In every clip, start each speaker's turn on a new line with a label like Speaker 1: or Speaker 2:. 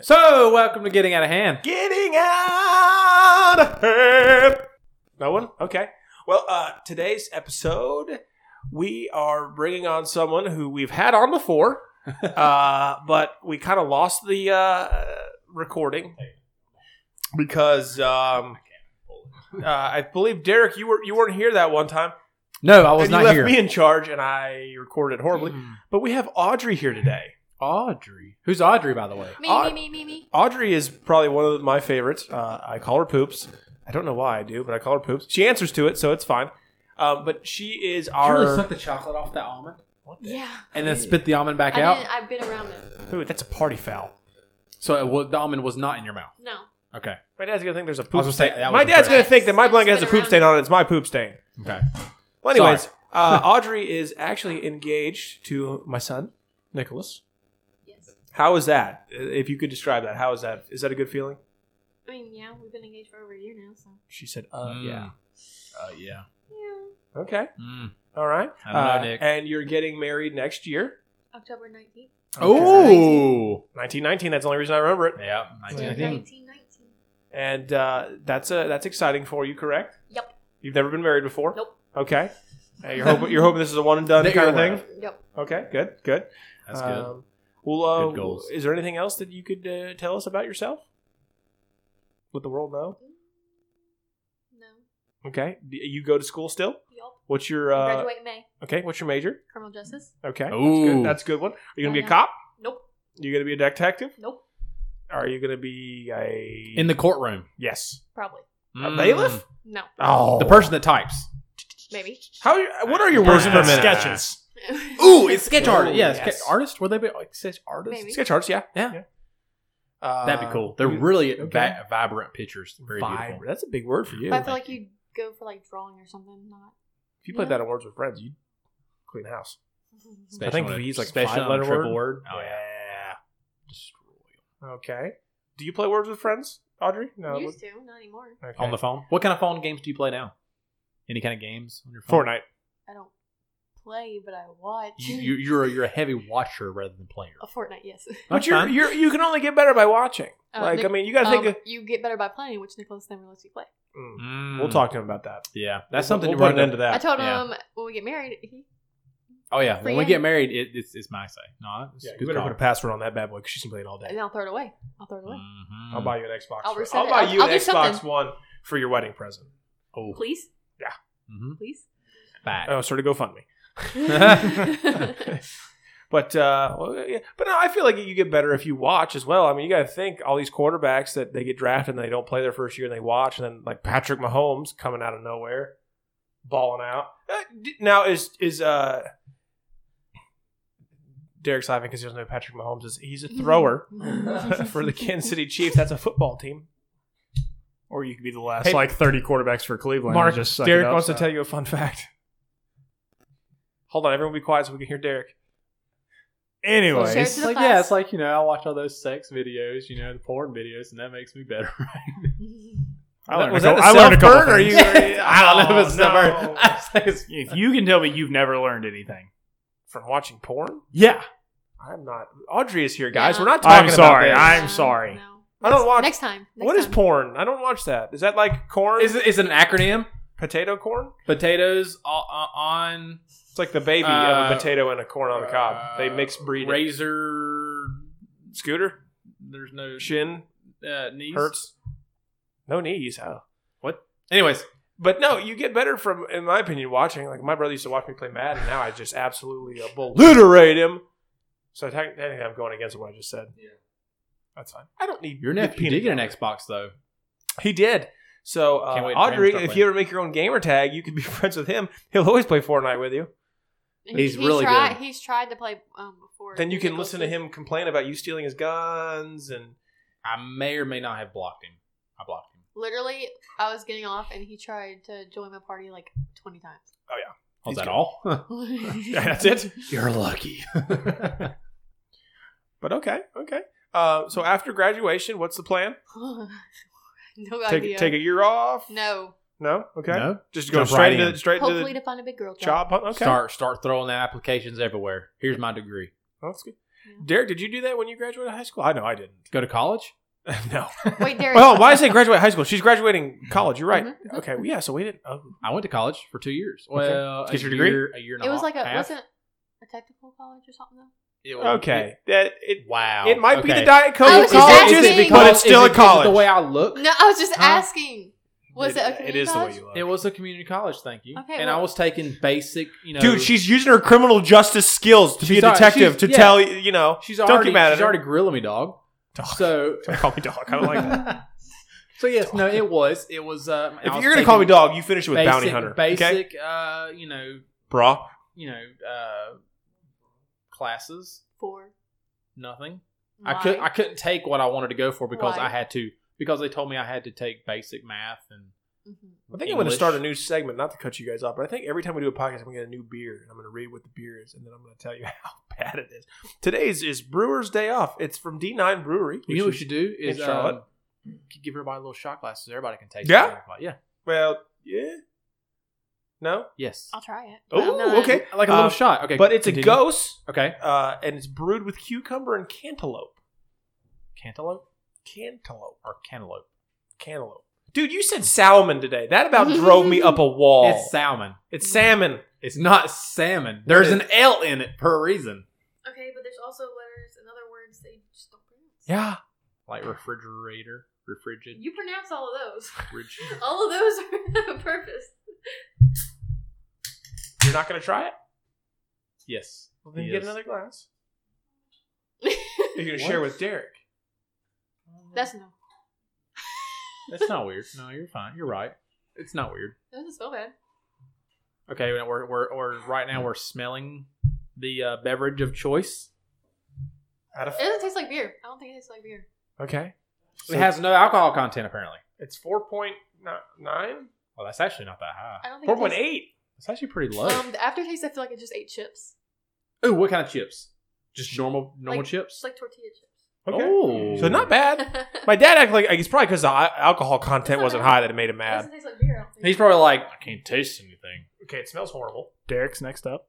Speaker 1: So, welcome to Getting Out of Hand.
Speaker 2: Getting out of hand. No one? Okay. Well, uh, today's episode, we are bringing on someone who we've had on before, uh, but we kind of lost the uh, recording because um, uh, I believe Derek, you were you weren't here that one time.
Speaker 1: No, I was
Speaker 2: and you
Speaker 1: not
Speaker 2: left
Speaker 1: here. Mm.
Speaker 2: me in charge, and I recorded horribly. But we have Audrey here today.
Speaker 1: Audrey. Who's Audrey, by the way?
Speaker 3: Me,
Speaker 2: Odd-
Speaker 3: me, me, me, me.
Speaker 2: Audrey is probably one of my favorites. Uh, I call her poops. I don't know why I do, but I call her poops. She answers to it, so it's fine. Um, but she is our.
Speaker 1: the chocolate off that almond
Speaker 3: Yeah.
Speaker 1: and then spit the almond back
Speaker 3: I
Speaker 1: out.
Speaker 3: didn't, I've been around it.
Speaker 2: Ooh, that's a party foul.
Speaker 1: So it wa- the almond was not in your mouth.
Speaker 3: No.
Speaker 1: Okay.
Speaker 2: My dad's gonna think there's a
Speaker 1: I was
Speaker 2: poop
Speaker 1: gonna say,
Speaker 2: stain.
Speaker 1: that was
Speaker 2: my
Speaker 1: a
Speaker 2: dad's
Speaker 1: pretty-
Speaker 2: gonna think that my
Speaker 3: It's
Speaker 2: blanket has a
Speaker 3: been
Speaker 2: poop
Speaker 3: around.
Speaker 2: stain on it. It's my poop stain.
Speaker 1: Okay.
Speaker 2: Well, anyways, uh, Audrey is actually engaged to my son, Nicholas.
Speaker 3: Yes.
Speaker 2: How is that? Uh, If you could describe that, how is that? Is that a good feeling?
Speaker 3: I mean, yeah, we've been engaged for over a year now, so.
Speaker 2: She said, "Uh,
Speaker 1: Mm.
Speaker 2: yeah."
Speaker 1: Uh, yeah.
Speaker 3: Yeah.
Speaker 2: Okay.
Speaker 1: Mm.
Speaker 2: All right.
Speaker 1: I don't know,
Speaker 2: Uh,
Speaker 1: Nick.
Speaker 2: And you're getting married next year.
Speaker 3: October 19th.
Speaker 1: Oh.
Speaker 2: 1919. That's the only reason I remember it.
Speaker 1: Yeah.
Speaker 2: Yeah.
Speaker 1: 1919.
Speaker 3: 1919.
Speaker 2: and uh, that's a that's exciting for you, correct?
Speaker 3: Yep.
Speaker 2: You've never been married before.
Speaker 3: Nope.
Speaker 2: Okay. Uh, you're hoping you're hoping this is a one and done
Speaker 1: That
Speaker 2: kind of
Speaker 1: you're
Speaker 2: thing.
Speaker 1: aware
Speaker 3: Yep.
Speaker 2: Okay. Good. Good.
Speaker 1: That's good.
Speaker 2: Um, well, uh,
Speaker 1: Good goals.
Speaker 2: is there anything else that you could uh, tell us about yourself? Let the world know.
Speaker 3: No.
Speaker 2: Okay. D- You go to school still.
Speaker 3: Yup.
Speaker 2: What's your
Speaker 3: I
Speaker 2: uh,
Speaker 3: graduate in May.
Speaker 2: okay? What's your major?
Speaker 3: Criminal justice?
Speaker 2: Okay. That's
Speaker 1: Ooh.
Speaker 2: good. That's a good one. Are you gonna
Speaker 3: Why
Speaker 2: be a
Speaker 3: not?
Speaker 2: cop?
Speaker 3: Nope.
Speaker 2: You gonna be a detective?
Speaker 3: Nope.
Speaker 2: Are you gonna be a
Speaker 1: in the courtroom. Hmm.
Speaker 2: yes
Speaker 3: Probably.
Speaker 2: a bailiff?
Speaker 3: No.
Speaker 2: Oh,
Speaker 1: The person that types.
Speaker 3: Maybe.
Speaker 2: How? are you- What are your words
Speaker 1: Ah.
Speaker 2: for sketches?
Speaker 1: Ooh, it's sketch
Speaker 2: Ooh,
Speaker 1: artist. Yeah, sketch
Speaker 2: yes.
Speaker 1: artist. Would they be like sketch artist?
Speaker 3: Maybe.
Speaker 2: Sketch arts, yeah,
Speaker 1: Yeah.
Speaker 2: Uh,
Speaker 1: That'd be cool. They're really vi- vibrant pictures. Very
Speaker 2: vibrant.
Speaker 1: beautiful.
Speaker 2: That's a big word for you.
Speaker 3: But I
Speaker 2: If
Speaker 3: feel like you'd go for like drawing or something, not.
Speaker 2: you played that on Words with Friends, you'd clean house. I think
Speaker 1: on a-
Speaker 2: V's like
Speaker 1: especially on
Speaker 2: five
Speaker 1: a
Speaker 2: letter
Speaker 1: triple
Speaker 2: word.
Speaker 1: word. Oh, yeah. Destroy.
Speaker 2: Okay. Do you play Words with Friends, Audrey? No.
Speaker 3: Used to, not anymore.
Speaker 2: Okay.
Speaker 1: on the phone. What kind of phone games do you play now? Any kind of games on your phone?
Speaker 2: Fortnite.
Speaker 3: I don't play, but I watch.
Speaker 1: You, you, you're a, you're a heavy watcher rather than player.
Speaker 3: a Fortnite, yes.
Speaker 2: But you're,
Speaker 1: fine.
Speaker 2: you're you can only get better by watching.
Speaker 3: Uh,
Speaker 2: like
Speaker 3: Nick-
Speaker 2: I mean, you got to
Speaker 3: Um,
Speaker 2: think. Of,
Speaker 3: you get better by playing, which Nicholas never lets you play.
Speaker 2: Mm.
Speaker 1: Mm.
Speaker 2: We'll talk to him about that.
Speaker 1: Yeah, that's
Speaker 2: We'll-
Speaker 1: something you
Speaker 2: We'll put
Speaker 1: run
Speaker 2: an end
Speaker 1: into.
Speaker 2: to
Speaker 3: I
Speaker 2: that.
Speaker 3: told
Speaker 1: Yeah.
Speaker 3: him when we get married, he
Speaker 1: Oh yeah, when we
Speaker 3: Friend.
Speaker 1: get married, it, it's, it's my say. No, it's
Speaker 2: Yeah,
Speaker 1: good
Speaker 2: you better
Speaker 1: call.
Speaker 2: put a password on that bad boy because she's been playing all day.
Speaker 3: and I'll throw it away. I'll throw it away.
Speaker 2: Mm.
Speaker 1: Mhm.
Speaker 2: I'll buy you an Xbox.
Speaker 3: I'll
Speaker 2: for-
Speaker 3: resend it.
Speaker 2: buy
Speaker 3: I'll-
Speaker 2: you
Speaker 3: I'll
Speaker 2: an
Speaker 3: do
Speaker 2: Xbox
Speaker 3: something.
Speaker 2: One for your wedding present.
Speaker 1: Oh,
Speaker 3: Please,
Speaker 1: mm-hmm.
Speaker 3: please.
Speaker 1: back.
Speaker 2: Oh, sort of GoFundMe.
Speaker 3: I
Speaker 2: But uh, well, yeah. but no, I feel like you get better if you watch as well. I mean, you got to think all these quarterbacks that they get drafted and they don't play their first year and they watch, and then like Patrick Mahomes coming out of nowhere, balling out. Uh, d- Now is is uh, Derek's laughing because he doesn't know who Patrick Mahomes is. He's a thrower for the Kansas City Chiefs. That's a football team.
Speaker 4: Or you could be the last
Speaker 2: Hey-
Speaker 4: like 30 quarterbacks for Cleveland.
Speaker 2: Mark,
Speaker 4: and just suck
Speaker 2: Derek
Speaker 4: it up,
Speaker 2: wants
Speaker 4: so.
Speaker 2: to tell you a fun fact. Hold on, everyone, be quiet so we can hear Derek.
Speaker 4: Anyways,
Speaker 3: Share it to the
Speaker 1: like yeah,
Speaker 3: class.
Speaker 1: it's like you know, I watch all those sex videos, you know, the porn videos, and that makes me better. Right?
Speaker 4: I learned
Speaker 2: was
Speaker 4: a couple,
Speaker 2: that the
Speaker 4: I learned a couple
Speaker 2: self-burn, or are
Speaker 4: things.
Speaker 2: you?
Speaker 1: I don't know if it's
Speaker 2: Oh,
Speaker 1: never.
Speaker 2: no.
Speaker 1: I just think it's-
Speaker 4: If you can tell me you've never learned anything.
Speaker 2: from watching porn?
Speaker 4: Yeah.
Speaker 2: I'm not. Audrey is here, guys.
Speaker 3: Yeah.
Speaker 2: We're not talking
Speaker 4: I'm sorry.
Speaker 2: about this.
Speaker 4: I'm sorry.
Speaker 3: No.
Speaker 2: I don't watch.
Speaker 3: Next time. Next
Speaker 2: What is
Speaker 3: time.
Speaker 2: porn? I don't watch that. Is that like corn?
Speaker 1: Is it, is it an acronym?
Speaker 2: potato corn?
Speaker 1: Potatoes o- o- on
Speaker 2: It's like the baby of a
Speaker 1: Uh,
Speaker 2: potato and a corn on the cob. they
Speaker 1: uh,
Speaker 2: mix breed. it.
Speaker 1: razor.
Speaker 2: Scooter,
Speaker 1: There's no
Speaker 2: shin,
Speaker 1: uh, knees.
Speaker 2: hurts. No knees. Oh.
Speaker 1: Anyways,
Speaker 2: But no, you get better from, in my opinion, watching. Like my brother used to watch me play Madden. Now I just absolutely obliterate him. So technically, technically I'm going against what I just said. Yeah, that's fine. I don't need
Speaker 1: your
Speaker 2: the
Speaker 1: nephew
Speaker 2: peanut
Speaker 1: did get an
Speaker 2: butter.
Speaker 1: Xbox though.
Speaker 2: He did. So uh,
Speaker 1: Can't wait for him to
Speaker 2: Audrey,
Speaker 1: start
Speaker 2: if
Speaker 1: playing.
Speaker 2: you ever make your own gamer tag, you could be friends with him. He'll always play Fortnite with you.
Speaker 1: He's
Speaker 3: he
Speaker 1: really
Speaker 3: tried,
Speaker 1: good.
Speaker 3: He's tried to play um, before.
Speaker 2: Then you can
Speaker 3: Nicholas
Speaker 2: listen to
Speaker 3: did.
Speaker 2: him complain about you stealing his guns and
Speaker 1: I may or may not have blocked him. I blocked him.
Speaker 3: Literally, I was getting off, and he tried to join my party like twenty times.
Speaker 1: Was
Speaker 2: He's
Speaker 1: that
Speaker 2: good.
Speaker 1: all?
Speaker 2: that's it.
Speaker 1: You're lucky.
Speaker 2: But okay, okay. Uh, so after graduation, what's the plan?
Speaker 3: no
Speaker 2: Take,
Speaker 3: idea.
Speaker 2: take a year off?
Speaker 3: no.
Speaker 2: No? Okay.
Speaker 1: No?
Speaker 2: Just go
Speaker 1: Jump
Speaker 2: straight
Speaker 1: right
Speaker 2: to
Speaker 1: in.
Speaker 2: straight to
Speaker 3: Hopefully
Speaker 2: the
Speaker 3: to find a big girl job.
Speaker 2: job hunt. Okay.
Speaker 1: Start start throwing the applications everywhere. Here's my degree.
Speaker 2: That's good. Derek, did you do that when you graduated high school? I know I didn't.
Speaker 1: Go to college?
Speaker 2: no.
Speaker 3: Wait, Derek.
Speaker 2: Well, Oh, why I say graduate high school? She's graduating college. You're right.
Speaker 3: Mhm.
Speaker 2: Okay. Well, yeah. So we didn't. Oh,
Speaker 1: I went to college for two years.
Speaker 2: Okay.
Speaker 1: Well,
Speaker 2: Get
Speaker 1: a
Speaker 2: your degree?
Speaker 1: year- a year and
Speaker 3: It was
Speaker 1: half-
Speaker 3: like a
Speaker 1: half.
Speaker 3: wasn't a technical college or something though.
Speaker 1: It was-
Speaker 2: okay. That it.
Speaker 1: Wow.
Speaker 2: It might be
Speaker 1: Okay.
Speaker 2: the diet
Speaker 3: I
Speaker 2: coke of
Speaker 3: was just
Speaker 2: colleges,
Speaker 3: asking.
Speaker 2: but it's still
Speaker 1: is
Speaker 2: a
Speaker 1: it 'cause of
Speaker 2: college.
Speaker 1: The way I look.
Speaker 3: No, I was just
Speaker 1: Huh?
Speaker 3: asking. Was it, a
Speaker 2: it
Speaker 3: community
Speaker 2: is the way
Speaker 3: college?
Speaker 2: you look.
Speaker 1: It was a community college. Thank you.
Speaker 3: Okay,
Speaker 1: and
Speaker 3: well-
Speaker 1: I was taking basic. You know,
Speaker 2: Dude, she's using her criminal justice skills to be a
Speaker 1: She's not-
Speaker 2: detective
Speaker 1: she's-
Speaker 2: to
Speaker 1: yeah.
Speaker 2: tell you, you know.
Speaker 1: she's
Speaker 2: don't
Speaker 1: already
Speaker 2: get mad at
Speaker 1: she's
Speaker 2: her.
Speaker 1: already grilling me, dog.
Speaker 2: Dog.
Speaker 1: So
Speaker 2: Don't call me dog. I don't like that.
Speaker 1: so yes, no, it was it was. Um,
Speaker 2: If you're gonna call me dog, you finish it with bounty hunter. Okay,
Speaker 1: basic, uh, you know,
Speaker 2: bra.
Speaker 1: you know, uh, classes.
Speaker 3: For
Speaker 1: Nothing. I could I couldn't take what I wanted to go for because
Speaker 3: Why?
Speaker 1: I had to because they told me I had to take basic math and
Speaker 3: Mm-hmm.
Speaker 2: I think I'm going to
Speaker 1: English.
Speaker 2: start a new segment, not to cut you guys off, but I think every time we do a podcast, I'm going to get a new beer and I'm going to read what the beer is and then I'm going to tell you how bad it is. Today's is Brewer's Day Off. It's from D9 Brewery.
Speaker 1: You know what
Speaker 2: is-
Speaker 1: we should do is
Speaker 2: in Charlotte.
Speaker 1: um, give everybody little shot glasses. so Everybody can taste.
Speaker 2: Yeah?
Speaker 1: It. Everybody- Yeah.
Speaker 2: Well, yeah. No?
Speaker 1: Yes.
Speaker 3: I'll try it. but I'm not-
Speaker 2: Oh, okay.
Speaker 1: Like a little
Speaker 2: Uh,
Speaker 1: shot. Okay.
Speaker 2: But it's a
Speaker 1: continue.
Speaker 2: ghost
Speaker 1: Okay.
Speaker 2: uh, and it's brewed with cucumber and cantaloupe.
Speaker 1: Cantaloupe
Speaker 2: Cantaloupe.
Speaker 1: or cantaloupe?
Speaker 2: Cantaloupe. Dude, you said salmon today. That about drove me up a wall.
Speaker 1: It's salmon.
Speaker 2: it's salmon.
Speaker 1: It's not salmon. There's an L in it per reason.
Speaker 3: Okay, but there's also letters and other words that you just don't pronounce.
Speaker 2: Yeah.
Speaker 1: Like refrigerator, refrigerated,
Speaker 3: You pronounce all of those.
Speaker 1: fridge.
Speaker 3: All of those are on purpose.
Speaker 2: You're not going to try it?
Speaker 1: Yes.
Speaker 2: Well, then
Speaker 1: Yes.
Speaker 2: get another glass. You're going to share with Derek.
Speaker 3: That's no.
Speaker 1: That's not weird. No, you're fine. You're right. It's not weird.
Speaker 3: That doesn't smell bad.
Speaker 1: Okay, we're we're, we're right now we're smelling the uh, beverage of choice.
Speaker 2: Out of
Speaker 3: It doesn't taste like beer. I don't think it tastes like beer.
Speaker 2: Okay.
Speaker 1: it has no alcohol content apparently.
Speaker 2: It's four point nine.
Speaker 1: Well, that's actually not that high.
Speaker 3: I don't think.
Speaker 2: Four
Speaker 3: it
Speaker 2: point
Speaker 3: tastes-
Speaker 2: eight.
Speaker 1: It's actually pretty low.
Speaker 3: Um, the aftertaste. I feel like I just ate chips.
Speaker 1: Ooh, what kind of chips? Just normal normal
Speaker 3: It's
Speaker 1: chips.
Speaker 3: like tortilla chips.
Speaker 1: Oh,
Speaker 2: So not bad.
Speaker 3: it
Speaker 2: My dad acted like it's probably because the al- alcohol content wasn't high that it made him mad.
Speaker 3: doesn't taste like beer. I don't think.
Speaker 1: He's probably like, I can't taste anything.
Speaker 2: Okay, it smells horrible.
Speaker 4: Derek's next up.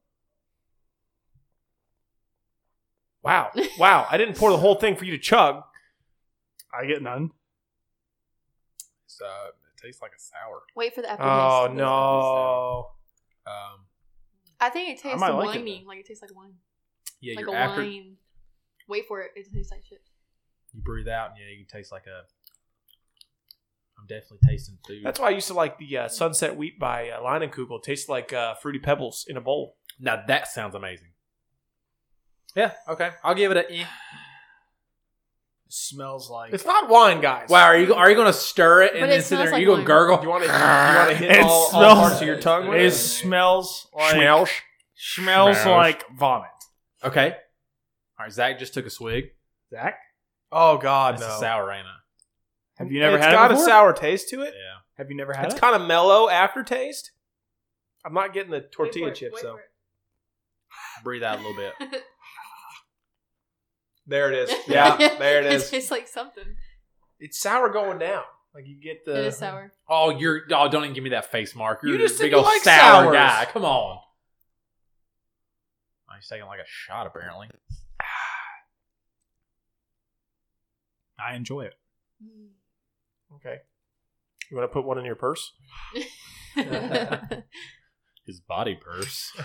Speaker 2: Wow, wow! I didn't pour the whole thing for you to chug.
Speaker 4: I get none.
Speaker 1: It's, uh, it tastes like a sour.
Speaker 3: Wait for the aftertaste.
Speaker 2: Oh
Speaker 3: It doesn't taste
Speaker 2: no!
Speaker 1: Um,
Speaker 3: like- I think it tastes
Speaker 4: might like it,
Speaker 3: winey. like it tastes like wine.
Speaker 1: yeah,
Speaker 3: like a
Speaker 1: your after
Speaker 3: wine. Wait for it. It tastes like chips.
Speaker 1: you breathe out, and yeah, you taste like a. I'm definitely tasting food.
Speaker 2: That's why I used to like the uh, Sunset Wheat by uh, Line and Kugel. Tastes like uh, fruity pebbles in a bowl.
Speaker 1: now that sounds amazing. Yeah. Okay. I'll give it a. eh.
Speaker 4: smells like
Speaker 2: It's not wine, guys.
Speaker 1: Wow. Are you are you gonna stir it and
Speaker 3: But it
Speaker 1: then sit there?
Speaker 3: smells
Speaker 1: and you
Speaker 3: like
Speaker 1: gonna gurgle?
Speaker 2: Do you want to? You want to hit
Speaker 4: It
Speaker 2: all, all
Speaker 4: smells-
Speaker 2: parts of your tongue? with
Speaker 4: it
Speaker 2: it?
Speaker 4: smells like
Speaker 2: Schmelz.
Speaker 4: smells
Speaker 1: Smells.
Speaker 4: like vomit.
Speaker 1: Okay. All right. Zach just took a swig.
Speaker 4: Zach,
Speaker 2: Oh God,
Speaker 1: It's
Speaker 2: no!
Speaker 1: a sour, ain't it?
Speaker 4: have you never
Speaker 2: It's
Speaker 4: had
Speaker 2: got
Speaker 4: it
Speaker 2: a
Speaker 4: before?
Speaker 2: sour taste to it.
Speaker 1: Yeah.
Speaker 4: Have you never had
Speaker 2: It's
Speaker 4: it?
Speaker 2: kind of mellow aftertaste. I'm not getting the tortilla
Speaker 3: Wait for it,
Speaker 2: chips
Speaker 3: wait
Speaker 2: though.
Speaker 3: for it.
Speaker 1: Breathe out a little bit.
Speaker 2: There it is. Yeah, there it
Speaker 3: it
Speaker 2: is.
Speaker 3: tastes like something.
Speaker 2: It's sour going down. Like you get the.
Speaker 3: it is sour.
Speaker 1: Oh, you're oh! Don't even give me that face mark.
Speaker 2: You
Speaker 1: You're
Speaker 2: just
Speaker 1: a big
Speaker 2: said you
Speaker 1: old
Speaker 2: like
Speaker 1: sour
Speaker 2: sours.
Speaker 1: guy. Come on. Oh, he's taking like a shot, apparently.
Speaker 4: I enjoy it.
Speaker 2: Okay. You want to put one in your purse?
Speaker 1: His body purse.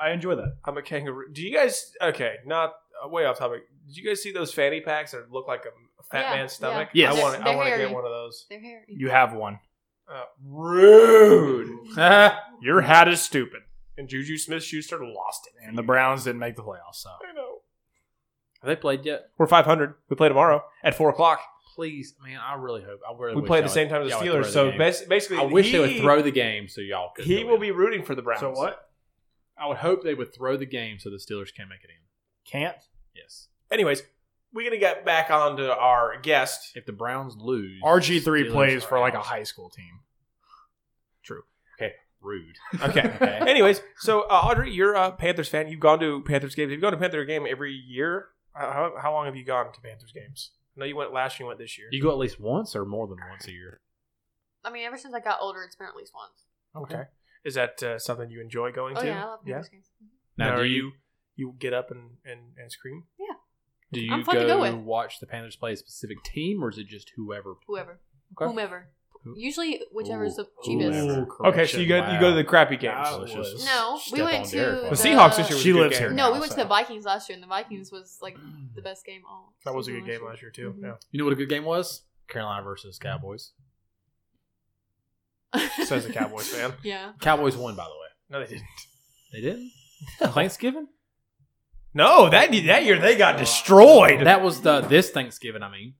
Speaker 4: I enjoy that.
Speaker 2: I'm a kangaroo. Do you guys? Okay, not uh, way off topic. Did you guys see those fanny packs that look like a fat
Speaker 3: Yeah,
Speaker 2: man's stomach?
Speaker 4: yeah. Yes.
Speaker 2: I want. I
Speaker 3: They're
Speaker 2: want to get
Speaker 3: hairy.
Speaker 2: one of those.
Speaker 3: They're hairy.
Speaker 4: You have one.
Speaker 2: Uh, rude.
Speaker 4: Your hat is stupid,
Speaker 2: And Juju Smith Schuster lost it.
Speaker 4: and the Browns didn't make the playoffs, so
Speaker 2: I know.
Speaker 1: Have they played yet?
Speaker 2: We're 500. We play tomorrow at four o'clock.
Speaker 1: Please, man. I really hope. I really
Speaker 2: We
Speaker 1: wish
Speaker 2: play at the
Speaker 1: y'all
Speaker 2: same
Speaker 1: would-
Speaker 2: time as the
Speaker 1: y'all would
Speaker 2: Steelers,
Speaker 1: throw
Speaker 2: so
Speaker 1: game.
Speaker 2: bas- basically,
Speaker 1: I wish they would
Speaker 2: he-
Speaker 1: throw the game so y'all could.
Speaker 2: He
Speaker 1: go
Speaker 2: will
Speaker 1: in.
Speaker 2: be rooting for the Browns.
Speaker 4: so what?
Speaker 1: I would hope they would throw the game so the Steelers can make it in.
Speaker 4: Can't
Speaker 1: Yes.
Speaker 2: Anyways, we're gonna get back onto our guest.
Speaker 1: If the Browns lose,
Speaker 4: RG three
Speaker 1: Steelers
Speaker 4: plays
Speaker 1: are
Speaker 4: for like a
Speaker 1: out.
Speaker 4: high school team?
Speaker 1: rude.
Speaker 2: Okay.
Speaker 1: Okay.
Speaker 2: Anyways, so uh, Audrey, you're a Panthers fan. You've gone to Panthers games. You've gone to Panther game every year. How- How, how long have you gone to Panthers games? I know you went last year. You went this year.
Speaker 1: you go at least once or more than once a year.
Speaker 3: I mean, ever since I got older, it's been at least once.
Speaker 2: okay. Is that uh, something you enjoy going
Speaker 3: Oh
Speaker 2: to?
Speaker 3: yeah, I love Mm-hmm. Panthers games.
Speaker 1: Now,
Speaker 2: Now,
Speaker 1: do
Speaker 2: are
Speaker 1: you?
Speaker 2: you- you get up and, and, and scream.
Speaker 1: Do you
Speaker 3: I'm
Speaker 1: go,
Speaker 3: fun to go with.
Speaker 1: watch the Panthers play a specific team, or is it just whoever?
Speaker 3: Whoever,
Speaker 1: Okay.
Speaker 3: whomever.
Speaker 1: Who-
Speaker 3: Usually, whichever is the
Speaker 1: Ooh,
Speaker 3: cheapest.
Speaker 1: whoever.
Speaker 2: Okay, so you go you go to the crappy games.
Speaker 4: Wow.
Speaker 1: Delicious.
Speaker 3: No, we
Speaker 1: Step
Speaker 3: went
Speaker 1: on
Speaker 3: to
Speaker 1: Derek one
Speaker 2: The
Speaker 1: day.
Speaker 2: Seahawks this year was
Speaker 4: She
Speaker 2: a good
Speaker 4: lives
Speaker 2: game.
Speaker 4: here.
Speaker 3: No, we
Speaker 4: now,
Speaker 3: went to
Speaker 4: so-
Speaker 3: the Vikings last year, and the Vikings was like the best game all.
Speaker 2: That was a
Speaker 3: season
Speaker 2: good game last year too.
Speaker 3: Mhm.
Speaker 2: Yeah.
Speaker 1: You know what a good game was? Carolina versus Cowboys.
Speaker 2: Says a Cowboys fan.
Speaker 3: Yeah,
Speaker 1: Cowboys won, by the way.
Speaker 2: No, they didn't.
Speaker 1: They didn't. Thanksgiving.
Speaker 2: No, that that year they got destroyed.
Speaker 1: That was the this Thanksgiving. I mean,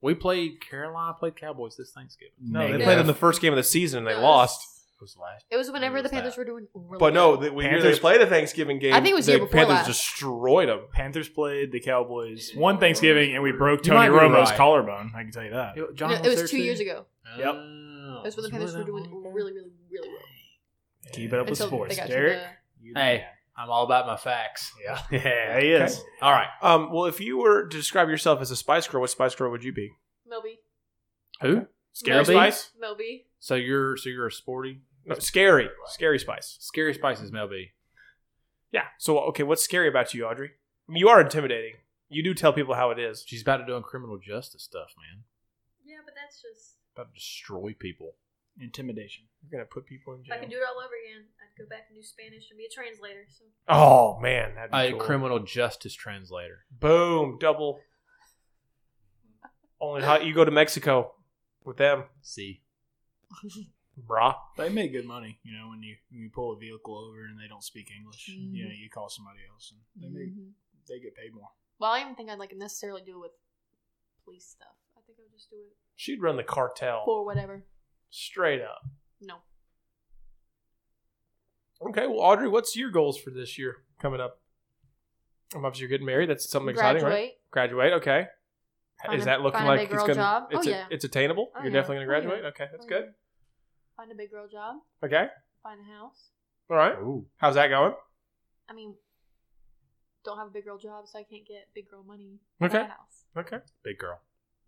Speaker 1: we played Carolina played Cowboys this Thanksgiving.
Speaker 2: no, they
Speaker 4: Negative.
Speaker 2: played in the first game of the season and they
Speaker 3: No, it
Speaker 2: lost.
Speaker 3: was-
Speaker 1: It was last.
Speaker 3: It was whenever
Speaker 1: It
Speaker 3: the
Speaker 1: was
Speaker 3: Panthers
Speaker 1: that.
Speaker 3: were doing. Really
Speaker 2: But no,
Speaker 3: good.
Speaker 2: the, when
Speaker 4: Panthers-
Speaker 2: they played a Thanksgiving game,
Speaker 3: I think it was
Speaker 2: the
Speaker 3: year before
Speaker 2: Panthers
Speaker 3: last.
Speaker 2: destroyed them.
Speaker 4: Panthers played the Cowboys one Thanksgiving, and we broke
Speaker 1: You
Speaker 4: Tony
Speaker 1: might be
Speaker 4: Romo's
Speaker 1: right.
Speaker 4: collarbone. I can tell you that.
Speaker 1: It,
Speaker 3: No, it was two years ago.
Speaker 4: Yep.
Speaker 1: Oh,
Speaker 3: It was when the
Speaker 1: it's
Speaker 3: Panthers
Speaker 1: really
Speaker 3: were doing
Speaker 1: that long ago?
Speaker 3: really, really, really well.
Speaker 4: Keep it up with
Speaker 3: Until
Speaker 4: sports,
Speaker 3: they got
Speaker 4: Derek.
Speaker 1: the- Hey. I'm all about my facts.
Speaker 4: Yeah, yeah, he is.
Speaker 1: All right.
Speaker 2: Um, well, if you were to describe yourself as a Spice Girl, what Spice Girl would you be?
Speaker 3: to the Melby.
Speaker 1: Who?
Speaker 2: Scary
Speaker 1: Melby?
Speaker 2: Spice?
Speaker 3: Melby.
Speaker 1: So you're so you're a sporty.
Speaker 2: No, scary, scary Spice.
Speaker 1: Scary Spice is Mel B.
Speaker 2: Yeah. So okay, what's scary about you, Audrey? I mean, you are intimidating. You do tell people how it is.
Speaker 1: She's about to do criminal justice stuff, man.
Speaker 3: Yeah, but that's just.
Speaker 1: About to destroy people.
Speaker 4: Intimidation.
Speaker 2: You're gonna put people in
Speaker 3: If I could
Speaker 2: jail.
Speaker 3: do it all over again, I'd go back and do Spanish and be a translator. So
Speaker 2: Oh man, that'd be
Speaker 1: A
Speaker 2: cool.
Speaker 1: criminal justice translator.
Speaker 2: Boom, double. Only how you go to Mexico with them,
Speaker 1: See,
Speaker 2: brah.
Speaker 4: They make good money, you know, when you when you pull a vehicle over and they don't speak English. You
Speaker 3: Mm-hmm.
Speaker 4: know, you call somebody else, and they make
Speaker 3: Mhm.
Speaker 4: they get paid more.
Speaker 3: Well, I don't think I'd like necessarily do it with police stuff. I think I would just do it
Speaker 2: She'd run the cartel
Speaker 3: for whatever.
Speaker 2: straight up.
Speaker 3: No.
Speaker 2: Okay, well, Audrey, what's your goals for this year coming up? Um, Obviously, you're getting married. That's something exciting, right?
Speaker 3: Graduate.
Speaker 2: Graduate. Okay.
Speaker 3: Find
Speaker 2: Is
Speaker 3: a-
Speaker 2: that looking
Speaker 3: find a
Speaker 2: like
Speaker 3: big
Speaker 2: it's
Speaker 3: girl
Speaker 2: gonna
Speaker 3: job?
Speaker 2: it's
Speaker 3: Oh,
Speaker 2: a-
Speaker 3: yeah.
Speaker 2: it's attainable?
Speaker 3: Oh,
Speaker 2: you're
Speaker 3: yeah.
Speaker 2: definitely gonna
Speaker 3: Oh, yeah.
Speaker 2: graduate. Okay, that's good.
Speaker 3: Find a big girl job.
Speaker 2: Okay.
Speaker 3: Find a house.
Speaker 2: All right. How's that going?
Speaker 3: I mean, don't have a big girl job, so I can't get big girl money.
Speaker 2: Okay.
Speaker 3: For a house.
Speaker 2: Okay.
Speaker 1: big girl.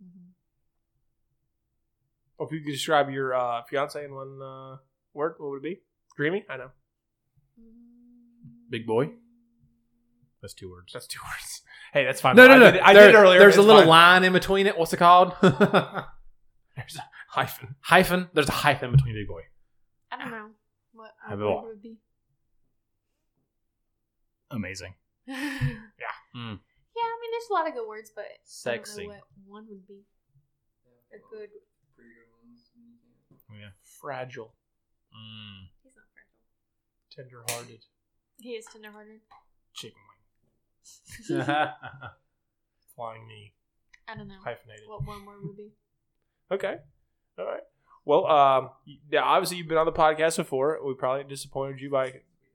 Speaker 3: Mhm.
Speaker 2: Well, if you could describe your uh, fiance in one uh, word, what would it be? Dreamy. I know
Speaker 3: Mm.
Speaker 1: Big boy? That's two words.
Speaker 2: that's two words. Hey, that's fine.
Speaker 1: no, no,
Speaker 2: I
Speaker 1: no.
Speaker 2: Did, I
Speaker 1: There-
Speaker 2: did earlier.
Speaker 1: There's a
Speaker 2: It's
Speaker 1: little
Speaker 2: fine.
Speaker 1: line in between it. What's it called?
Speaker 2: There's a hyphen.
Speaker 1: hyphen. There's a hyphen between big boy.
Speaker 3: I don't know what my
Speaker 1: Have a
Speaker 3: word
Speaker 1: lot.
Speaker 3: would be.
Speaker 4: Amazing.
Speaker 3: yeah.
Speaker 2: Hmm.
Speaker 1: Mm.
Speaker 3: Yeah, I mean, there's a lot of good words, but I
Speaker 1: Sexy.
Speaker 3: don't know what one would be. A good.
Speaker 1: Yeah.
Speaker 2: Fragile,
Speaker 1: Mm.
Speaker 3: He's not fragile.
Speaker 2: tender-hearted.
Speaker 3: He is tenderhearted.
Speaker 2: Chicken wing,
Speaker 1: Mm.
Speaker 2: flying knee,
Speaker 3: I don't know
Speaker 2: hyphenated.
Speaker 3: what one word would be.
Speaker 2: Okay. All right. Well, um, yeah, obviously you've been on the podcast before. We probably disappointed you by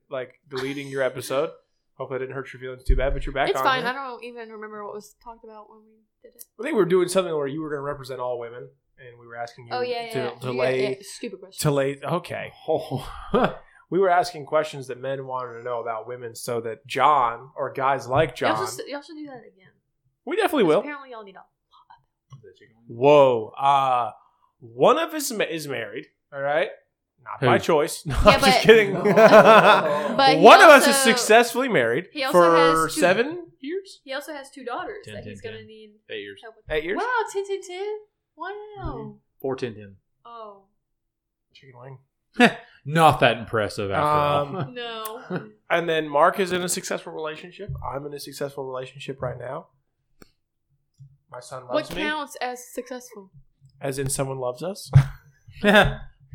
Speaker 2: like deleting your episode. Hopefully, I didn't hurt your feelings too bad. But you're back.
Speaker 3: it's
Speaker 2: on
Speaker 3: fine.
Speaker 2: here.
Speaker 3: I don't even remember what was talked about when we did it.
Speaker 2: I think we were doing something where you were going to represent all women, and we were asking you
Speaker 3: Oh yeah, yeah.
Speaker 2: to,
Speaker 3: yeah.
Speaker 2: to
Speaker 3: Yeah,
Speaker 2: lay
Speaker 3: yeah, Oh. Stupid question.
Speaker 2: to lay. Okay. we were asking questions that men wanted to know about women, so that John or guys like
Speaker 3: Y'all
Speaker 2: John,
Speaker 3: should, y'all should do that again.
Speaker 2: we definitely will.
Speaker 3: Apparently, y'all need all.
Speaker 2: Whoa. Uh one of us ma- is married, all right? Not
Speaker 1: Who?
Speaker 2: by choice. No,
Speaker 3: Yeah,
Speaker 2: I'm just
Speaker 3: but-
Speaker 2: kidding.
Speaker 3: But he
Speaker 2: one of us is
Speaker 3: also-
Speaker 2: successfully married
Speaker 3: he also
Speaker 2: for
Speaker 3: has two-
Speaker 2: seven years?
Speaker 3: He also has two daughters
Speaker 1: Ten,
Speaker 3: that
Speaker 1: ten,
Speaker 3: he's gonna
Speaker 1: ten.
Speaker 3: need
Speaker 1: Eight years.
Speaker 3: help with.
Speaker 2: Eight years?
Speaker 3: Wow, ten, ten, ten.
Speaker 2: Mm-hmm.
Speaker 3: Wow.
Speaker 1: Four ten ten.
Speaker 3: Oh
Speaker 2: Chicken wing.
Speaker 1: Not that impressive after all.
Speaker 2: Um,
Speaker 3: no.
Speaker 2: And then Mark is in a successful relationship. I'm in a successful relationship right now. My son
Speaker 3: what
Speaker 2: loves me.
Speaker 3: counts as successful?
Speaker 2: As in someone loves us.
Speaker 4: My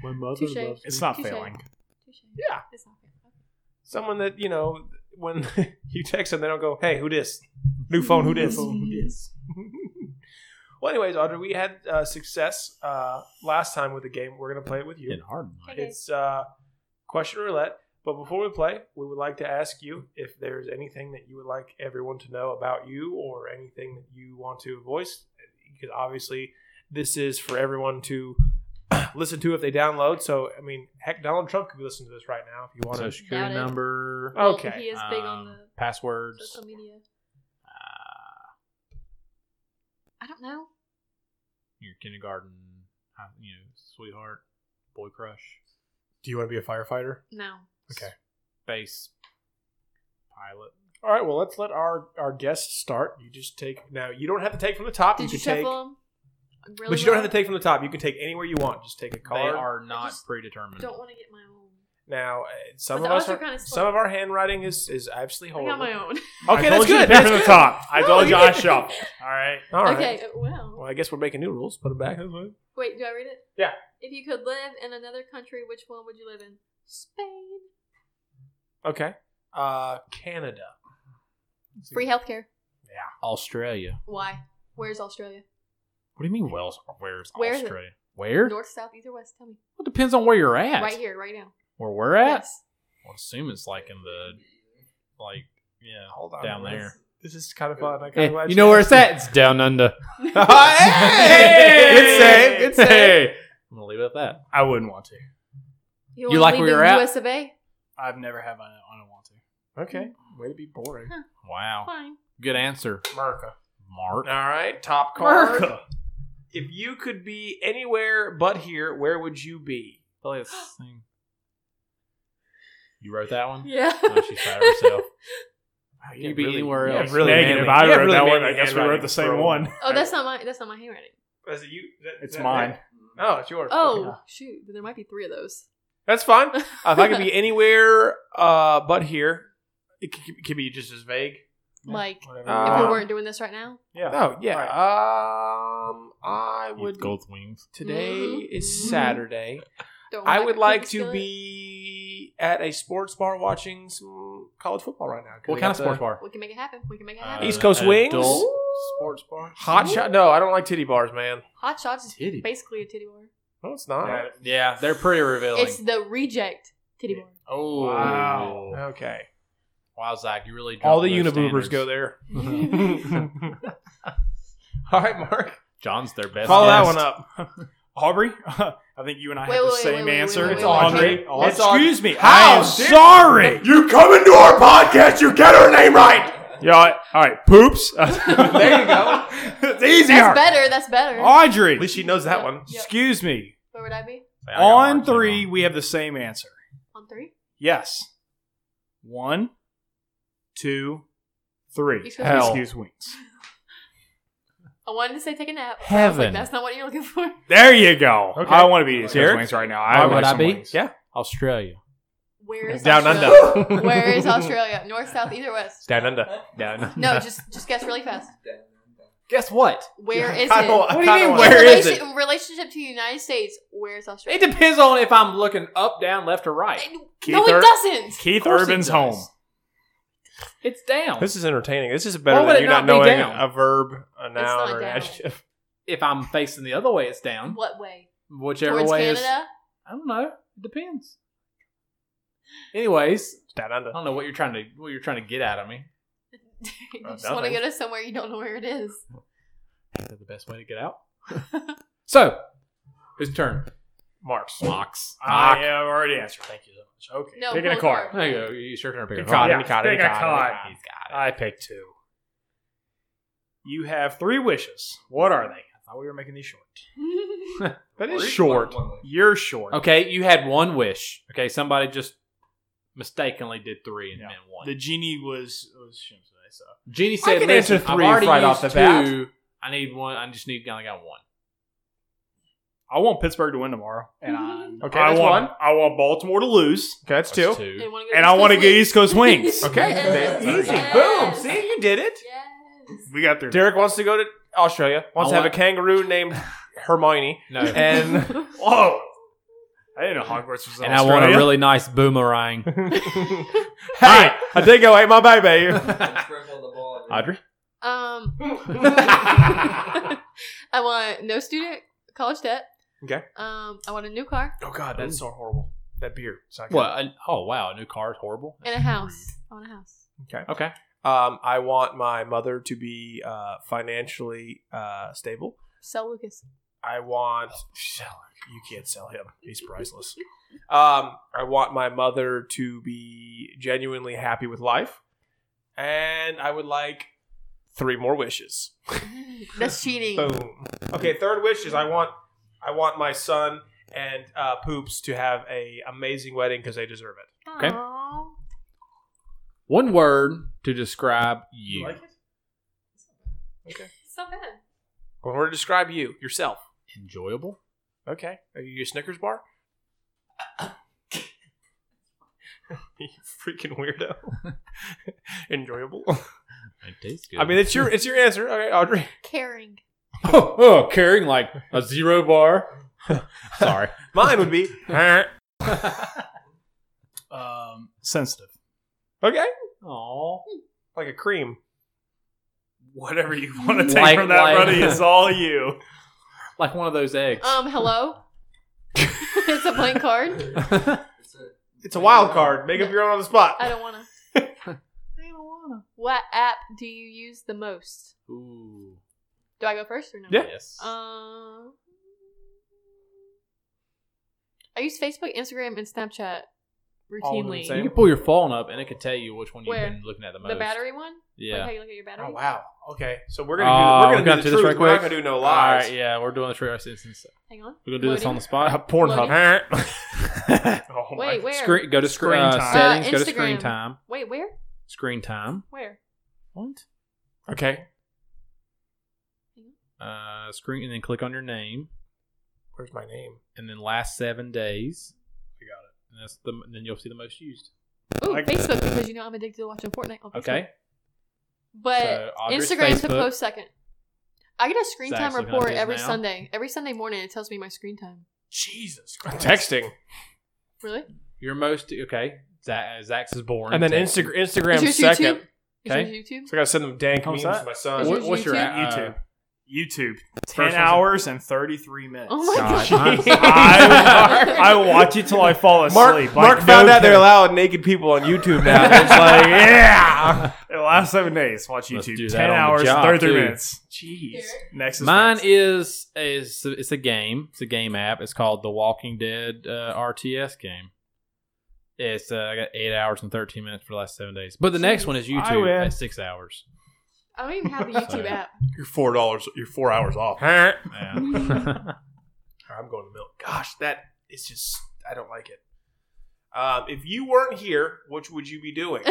Speaker 4: mother
Speaker 3: Touche. loves
Speaker 4: It's not
Speaker 3: Touche.
Speaker 4: failing.
Speaker 3: Touche.
Speaker 2: Yeah.
Speaker 3: It's not fair.
Speaker 2: Someone that, you know, when you text them, they don't go, hey, who dis? New phone, who dis? well, anyways, Audrey, we had uh, success uh, last time with the game. We're gonna play it with you.
Speaker 1: Getting hard. tonight.
Speaker 3: Okay.
Speaker 2: It's uh, question roulette. But before we play, we would like to ask you if there's anything that you would like everyone to know about you, or anything that you want to voice. Because obviously, this is for everyone to listen to if they download. So, I mean, heck, Donald Trump could listen to this right now if you want
Speaker 1: Social
Speaker 2: to.
Speaker 1: security
Speaker 3: Doubt it.
Speaker 1: number.
Speaker 2: Oh, Okay,
Speaker 3: He is big on
Speaker 1: um,
Speaker 3: the
Speaker 1: passwords.
Speaker 3: social media.
Speaker 4: Uh,
Speaker 3: I don't know.
Speaker 1: your kindergarten, uh, you know, sweetheart, boy crush,
Speaker 2: Do you want to be a firefighter?
Speaker 3: No.
Speaker 2: Okay.
Speaker 1: space pilot.
Speaker 2: All right. Well, let's let our our guests start. You just take now. You don't have to take from the top.
Speaker 3: Did you,
Speaker 2: you can take,
Speaker 3: shuffle them? Really
Speaker 2: but you don't
Speaker 3: well?
Speaker 2: have to take from the top. You can take anywhere you want. Just take a card.
Speaker 1: They are not
Speaker 3: just
Speaker 1: predetermined.
Speaker 3: Don't want to get my own.
Speaker 2: now, uh, some
Speaker 3: But
Speaker 2: of
Speaker 3: the
Speaker 2: us
Speaker 3: odds
Speaker 2: are,
Speaker 3: are kinda slow.
Speaker 2: some of our handwriting is is absolutely
Speaker 3: I
Speaker 2: horrible.
Speaker 3: got my own.
Speaker 2: Oh, Okay,
Speaker 5: I
Speaker 2: that's
Speaker 5: told you to
Speaker 2: good.
Speaker 5: pick
Speaker 2: That's
Speaker 5: from
Speaker 2: good.
Speaker 5: the top. I
Speaker 3: No,
Speaker 5: told
Speaker 3: you
Speaker 5: you I
Speaker 3: didn't.
Speaker 5: shuffle. All right.
Speaker 2: All right.
Speaker 3: Okay. uh, Wow.
Speaker 2: Well, I guess we're making new rules. Put them back.
Speaker 3: Wait, do I read it?
Speaker 2: Yeah.
Speaker 3: If you could live in another country, which one would you live in? Spain.
Speaker 2: Okay. Uh, Canada.
Speaker 3: Free healthcare.
Speaker 1: Australia.
Speaker 3: Why? Where's Australia?
Speaker 1: What do you mean? Wales? Where's
Speaker 3: Where is it?
Speaker 1: Australia? Where?
Speaker 3: North, south, east, or west? Tell me.
Speaker 1: It depends on where you're at.
Speaker 3: Right here, right now.
Speaker 1: Where we're at.
Speaker 3: Yes.
Speaker 1: I assume it's like in the, like yeah,
Speaker 2: Hold on.
Speaker 1: down
Speaker 2: this-
Speaker 1: there.
Speaker 2: This is kind of fun. I kind
Speaker 1: Eh,
Speaker 2: of glad
Speaker 1: you know where it's at? It's down under.
Speaker 2: hey!
Speaker 1: Good save,
Speaker 2: It's
Speaker 1: good save. I'm gonna leave it at that.
Speaker 4: I wouldn't want to.
Speaker 1: You
Speaker 3: You, wanna
Speaker 1: like
Speaker 3: leave
Speaker 1: where
Speaker 3: the
Speaker 1: you're at?
Speaker 3: US of A?
Speaker 4: I've never have I, I don't want to.
Speaker 2: Okay. Way to be boring.
Speaker 1: Wow,
Speaker 3: Fine.
Speaker 1: good answer,
Speaker 2: America.
Speaker 1: Mark.
Speaker 2: All right. Top card. If you could be anywhere but here, where would you be?
Speaker 1: Probably this thing. You wrote that one.
Speaker 3: Yeah.
Speaker 1: Oh, she's proud of herself.
Speaker 2: Wow,
Speaker 1: You'd
Speaker 2: have
Speaker 1: be anywhere
Speaker 2: you have
Speaker 1: else.
Speaker 2: Really
Speaker 5: Negative.
Speaker 2: manly-
Speaker 5: I
Speaker 2: you have
Speaker 5: wrote
Speaker 2: really
Speaker 5: that one. I
Speaker 2: manly
Speaker 5: guess we wrote
Speaker 2: handwriting
Speaker 5: the same
Speaker 2: for a-
Speaker 5: one.
Speaker 3: oh, that's not my that's not my handwriting.
Speaker 2: Is it you? That-
Speaker 4: It's
Speaker 2: that-
Speaker 4: mine.
Speaker 2: No, it's yours.
Speaker 3: Oh
Speaker 2: Okay.
Speaker 3: shoot, there might be three of those.
Speaker 2: That's fine. Uh, if I could be anywhere uh, but here, it c- c- could be just as vague.
Speaker 3: Like
Speaker 4: Whatever.
Speaker 2: Uh,
Speaker 3: if we
Speaker 2: Um,
Speaker 3: weren't doing this right now,
Speaker 4: yeah.
Speaker 2: Oh, yeah. Um, I
Speaker 1: With
Speaker 2: would.
Speaker 1: gold wings.
Speaker 2: Today
Speaker 3: Mhm.
Speaker 2: is
Speaker 3: Mhm.
Speaker 2: Saturday.
Speaker 3: don't.
Speaker 2: I
Speaker 3: want
Speaker 2: would
Speaker 3: to
Speaker 2: like
Speaker 3: keep
Speaker 2: to
Speaker 3: it.
Speaker 2: be at a sports bar watching some college football right now. 'cause
Speaker 1: What
Speaker 2: we
Speaker 1: kind of
Speaker 2: got
Speaker 1: sports
Speaker 2: the
Speaker 1: bar?
Speaker 3: We can make it happen. We can make it
Speaker 1: Uh,
Speaker 3: happen.
Speaker 2: East Coast Wings?
Speaker 1: adult
Speaker 4: Sports bar.
Speaker 2: Hot shot? No, I don't like titty bars, man.
Speaker 3: Hot Shots is
Speaker 1: Titty.
Speaker 3: basically a titty bar.
Speaker 2: No, it's not.
Speaker 4: Yeah.
Speaker 1: Yeah, they're pretty revealing.
Speaker 3: It's the reject titty bar.
Speaker 1: oh
Speaker 4: Wow.
Speaker 2: Okay.
Speaker 1: wow, Zach, you really
Speaker 2: All the
Speaker 1: jumped those
Speaker 2: uniboobers go
Speaker 1: standards.
Speaker 2: there. All right, Mark.
Speaker 1: John's their best.
Speaker 2: Follow that
Speaker 1: guest.
Speaker 2: one up.
Speaker 4: Aubrey, I think you and I
Speaker 3: Wait,
Speaker 4: have the
Speaker 3: wait,
Speaker 4: same
Speaker 3: wait, wait,
Speaker 4: answer.
Speaker 3: wait,
Speaker 2: wait,
Speaker 4: it's
Speaker 2: wait,
Speaker 4: Audrey.
Speaker 2: wait. It's Aud-
Speaker 4: Excuse me.
Speaker 2: Oh, How
Speaker 4: I am
Speaker 2: dare-
Speaker 4: sorry.
Speaker 5: You come into our podcast, you get her name right. Yeah. All right. All right. Poops. there
Speaker 2: There you go.
Speaker 5: it's easier.
Speaker 3: That's better. That's better.
Speaker 2: At
Speaker 4: Audrey.
Speaker 2: least she knows that one.
Speaker 3: Yep.
Speaker 4: Excuse me.
Speaker 3: Where would I be?
Speaker 1: Say, I got
Speaker 4: On
Speaker 1: Mark's name
Speaker 4: three, we have the same answer.
Speaker 3: On three.
Speaker 4: Yes. One, two, three.
Speaker 3: East Coast Hell.
Speaker 4: Excuse wings.
Speaker 3: I wanted to say take a nap. but I was like,
Speaker 1: Heaven.
Speaker 3: That's not what you're looking for.
Speaker 4: There you go.
Speaker 2: Okay.
Speaker 4: I want to be East Coast
Speaker 2: Derek?
Speaker 4: wings right now.
Speaker 1: Why
Speaker 4: I
Speaker 1: would
Speaker 4: like
Speaker 1: I
Speaker 4: some
Speaker 1: be?
Speaker 4: wings.
Speaker 2: Yeah.
Speaker 1: Australia.
Speaker 3: Where is
Speaker 2: Down
Speaker 3: Australia?
Speaker 2: under.
Speaker 3: Where is Australia? North, south, east, or west?
Speaker 2: Down under. Down under.
Speaker 3: No, just just guess really fast.
Speaker 1: Guess what?
Speaker 3: Where is
Speaker 2: I
Speaker 3: it?
Speaker 2: don't- I
Speaker 1: What do you
Speaker 2: kinda
Speaker 1: mean,
Speaker 2: wanna-
Speaker 1: where
Speaker 3: in
Speaker 1: is
Speaker 3: relation- in relationship to the United States, where is
Speaker 1: It
Speaker 3: Australia?
Speaker 1: depends on if I'm looking up, down, left, or right.
Speaker 3: And-
Speaker 4: Keith
Speaker 3: no, it
Speaker 4: Ur-
Speaker 3: doesn't.
Speaker 4: Keith
Speaker 1: course it
Speaker 4: Urban's
Speaker 1: does.
Speaker 4: home.
Speaker 1: It's down.
Speaker 2: This is entertaining. This is better
Speaker 1: Why would it
Speaker 2: than you not,
Speaker 1: not be
Speaker 2: knowing
Speaker 1: down?
Speaker 2: a verb, a
Speaker 3: not
Speaker 2: noun, or an
Speaker 3: down.
Speaker 2: adjective.
Speaker 1: if I'm facing the other way, it's down.
Speaker 3: What way?
Speaker 1: Whichever
Speaker 3: Towards
Speaker 1: way is.
Speaker 3: Canada?
Speaker 1: I don't know. It depends. Anyways,
Speaker 2: Down
Speaker 1: I
Speaker 2: under.
Speaker 1: don't know what you're trying to what you're trying to get out of me.
Speaker 3: you
Speaker 2: Uh,
Speaker 3: just want to
Speaker 2: nothing.
Speaker 3: go to somewhere you don't know where it is.
Speaker 1: Is that the best way to get out? so, whose turn?
Speaker 2: Marks.
Speaker 1: Mox.
Speaker 4: I have already answered. Thank you so much. Okay.
Speaker 3: No,
Speaker 4: Picking a
Speaker 3: pull
Speaker 4: card.
Speaker 1: There you go. It's your turn to pick a
Speaker 2: Pick
Speaker 1: card.
Speaker 2: cotton,
Speaker 4: Yeah,
Speaker 2: cotton,
Speaker 4: pick a
Speaker 2: cotton.
Speaker 4: cotton.
Speaker 1: He's got
Speaker 4: I picked two. You have three wishes. What are they? I thought we were making these short.
Speaker 2: That is short.
Speaker 4: You're short.
Speaker 1: it. Okay, you had one wish. Okay, somebody just mistakenly did three and
Speaker 4: Yeah.
Speaker 1: meant one.
Speaker 4: The genie was was Shimsei, so
Speaker 1: Genie said,
Speaker 2: can
Speaker 1: "Listen,
Speaker 2: answer
Speaker 1: I've
Speaker 2: three
Speaker 1: already
Speaker 2: right
Speaker 1: used
Speaker 2: off the bat."
Speaker 1: two. I need one. I just need. I only got one.
Speaker 4: I want Pittsburgh to win tomorrow, and I,
Speaker 2: Okay,
Speaker 4: I
Speaker 2: that's
Speaker 4: want
Speaker 2: one.
Speaker 4: I want Baltimore to lose,
Speaker 2: Okay, that's two.
Speaker 1: That's two.
Speaker 3: And, wanna go
Speaker 4: and I want to
Speaker 3: East
Speaker 4: get
Speaker 3: Coast
Speaker 4: East Coast wings.
Speaker 2: Okay.
Speaker 3: Yes.
Speaker 2: Easy.
Speaker 3: Yes.
Speaker 2: Boom. See, you did it.
Speaker 3: Yes.
Speaker 4: we got through.
Speaker 2: Derek wants to go to Australia. Wants
Speaker 1: I
Speaker 2: to have
Speaker 1: want-
Speaker 2: a kangaroo named Hermione.
Speaker 1: No.
Speaker 2: And
Speaker 4: Whoa! I didn't know Hogwarts was. in
Speaker 1: and I want a
Speaker 4: Australia.
Speaker 1: really nice boomerang.
Speaker 2: hey, I did go ate my baby.
Speaker 1: Audrey.
Speaker 3: Um, I want no student college debt.
Speaker 2: Okay.
Speaker 3: Um, I want a new car
Speaker 2: Oh God, that's so horrible. That beer. It's not good.
Speaker 1: What? an- oh wow, a new car is horrible.
Speaker 3: and a house. I want a house.
Speaker 1: Okay.
Speaker 2: Um, I want my mother to be uh, financially uh, stable.
Speaker 3: Sell Lucas.
Speaker 2: I want. You can't sell him. He's priceless. um, I want my mother to be genuinely happy with life, and I would like three more wishes.
Speaker 3: That's cheating.
Speaker 2: Boom. Okay, third wish is I want I want my son and uh, Poops to have a amazing wedding because they deserve it.
Speaker 1: Okay.
Speaker 3: Aw.
Speaker 1: One word to describe you.
Speaker 3: It's not bad.
Speaker 2: Well, word to describe you yourself.
Speaker 4: Enjoyable.
Speaker 2: Okay. Are you a Snickers bar? you freaking weirdo. Enjoyable.
Speaker 4: It tastes good.
Speaker 2: I mean, it's your it's your answer. Okay, Audrey.
Speaker 3: Caring.
Speaker 1: oh, oh, carrying like a zero bar. Sorry.
Speaker 2: Mine would be okay.
Speaker 4: um, sensitive.
Speaker 1: Aww.
Speaker 2: Like a cream.
Speaker 4: Whatever you want to take
Speaker 1: Like-
Speaker 4: from that,
Speaker 1: like-
Speaker 4: buddy, is all you.
Speaker 1: Like one of those eggs.
Speaker 3: Um, hello? it's a blank card.
Speaker 2: It's a wild card. Make up your own on the spot.
Speaker 3: I don't wanna. I don't wanna. What app do you use the most?
Speaker 1: Ooh.
Speaker 3: Do I go first or no?
Speaker 2: Yeah.
Speaker 1: Yes.
Speaker 3: Um, I use Facebook, Instagram, and Snapchat
Speaker 2: All of the
Speaker 3: routinely.
Speaker 2: same?
Speaker 1: you can pull your phone up and it could tell you which one you've
Speaker 3: Where?
Speaker 1: been looking at the most.
Speaker 3: The battery one? Like
Speaker 1: Yeah.
Speaker 3: how you look at your battery?
Speaker 2: Oh wow. Okay. So we're gonna
Speaker 1: Uh,
Speaker 2: do, Oh, we're
Speaker 1: we
Speaker 2: gonna
Speaker 1: gotta
Speaker 2: do the
Speaker 1: do this
Speaker 2: truth.
Speaker 1: right
Speaker 2: we're not
Speaker 1: quick.
Speaker 2: gonna do no lies.
Speaker 1: All right, yeah, we're doing this right instance.
Speaker 3: Hang on.
Speaker 1: We're gonna do this
Speaker 3: Loading.
Speaker 1: on the spot.
Speaker 3: Pornhub.
Speaker 2: Oh my.
Speaker 3: Wait, where?
Speaker 1: Screen, go to screen,
Speaker 4: Screen
Speaker 1: uh,
Speaker 4: time.
Speaker 1: settings.
Speaker 3: Uh,
Speaker 1: go to screen
Speaker 3: Instagram.
Speaker 1: time.
Speaker 3: Wait, where?
Speaker 1: Screen time.
Speaker 3: Where?
Speaker 1: What?
Speaker 2: Okay.
Speaker 1: Uh, screen and then click on your name
Speaker 2: Where's my name?
Speaker 1: and then last seven days. I got it. And that's the and then you'll see the most used.
Speaker 3: Ooh,
Speaker 4: Like-
Speaker 3: Facebook because you know I'm addicted to watching Fortnite. on Facebook.
Speaker 1: Okay.
Speaker 3: But
Speaker 1: Audrey's
Speaker 3: Instagram's the
Speaker 1: Facebook.
Speaker 3: post second. I get a screen
Speaker 1: Zach's
Speaker 3: time
Speaker 1: looking up
Speaker 3: report
Speaker 1: his
Speaker 3: every
Speaker 1: now.
Speaker 3: Sunday. Every Sunday morning, it tells me my screen time.
Speaker 4: Jesus
Speaker 2: I'm
Speaker 4: Christ.
Speaker 2: texting.
Speaker 3: Really?
Speaker 1: Your most okay. Zach, Zach's is born.
Speaker 2: And then
Speaker 1: Texas.
Speaker 2: Insta- Instagram
Speaker 3: Is yours
Speaker 2: second.
Speaker 3: YouTube?
Speaker 1: Okay.
Speaker 3: Is yours YouTube?
Speaker 2: So I gotta send them dank
Speaker 4: What was
Speaker 2: memes to
Speaker 4: that?
Speaker 2: my
Speaker 3: Is
Speaker 2: son.
Speaker 3: your-
Speaker 1: What, what's your
Speaker 3: YouTube?
Speaker 1: uh,
Speaker 4: YouTube. YouTube.
Speaker 1: First
Speaker 4: Ten
Speaker 1: one-
Speaker 4: hours and thirty-three minutes.
Speaker 3: Oh my
Speaker 1: God.
Speaker 3: gosh.
Speaker 4: I, I watch it till I fall asleep.
Speaker 2: Mark,
Speaker 4: Like,
Speaker 2: Mark
Speaker 4: no
Speaker 2: found out
Speaker 4: kidding.
Speaker 2: they're allowing naked people on YouTube now. it's like,
Speaker 3: Ah.
Speaker 2: yeah.
Speaker 4: The last seven days, watch
Speaker 1: Let's do
Speaker 4: YouTube.
Speaker 1: that
Speaker 4: Ten
Speaker 1: on the
Speaker 4: hours,
Speaker 1: job,
Speaker 4: thirty-three
Speaker 1: too.
Speaker 4: minutes. Jeez. Next is
Speaker 1: Mine
Speaker 4: fast.
Speaker 1: is is it's a game. It's a game app. It's called the Walking Dead uh, RTS game. It's uh, I got eight hours and thirteen minutes for the last seven days. But the next one is
Speaker 4: I
Speaker 1: YouTube
Speaker 4: win.
Speaker 1: at six hours.
Speaker 3: I don't even have a YouTube
Speaker 1: Sorry.
Speaker 3: app.
Speaker 2: You're four dollars. You're four hours off. I'm
Speaker 1: Yeah.
Speaker 2: going to milk. Gosh, that is just. I don't like it. Um, if you weren't here, what would you be doing?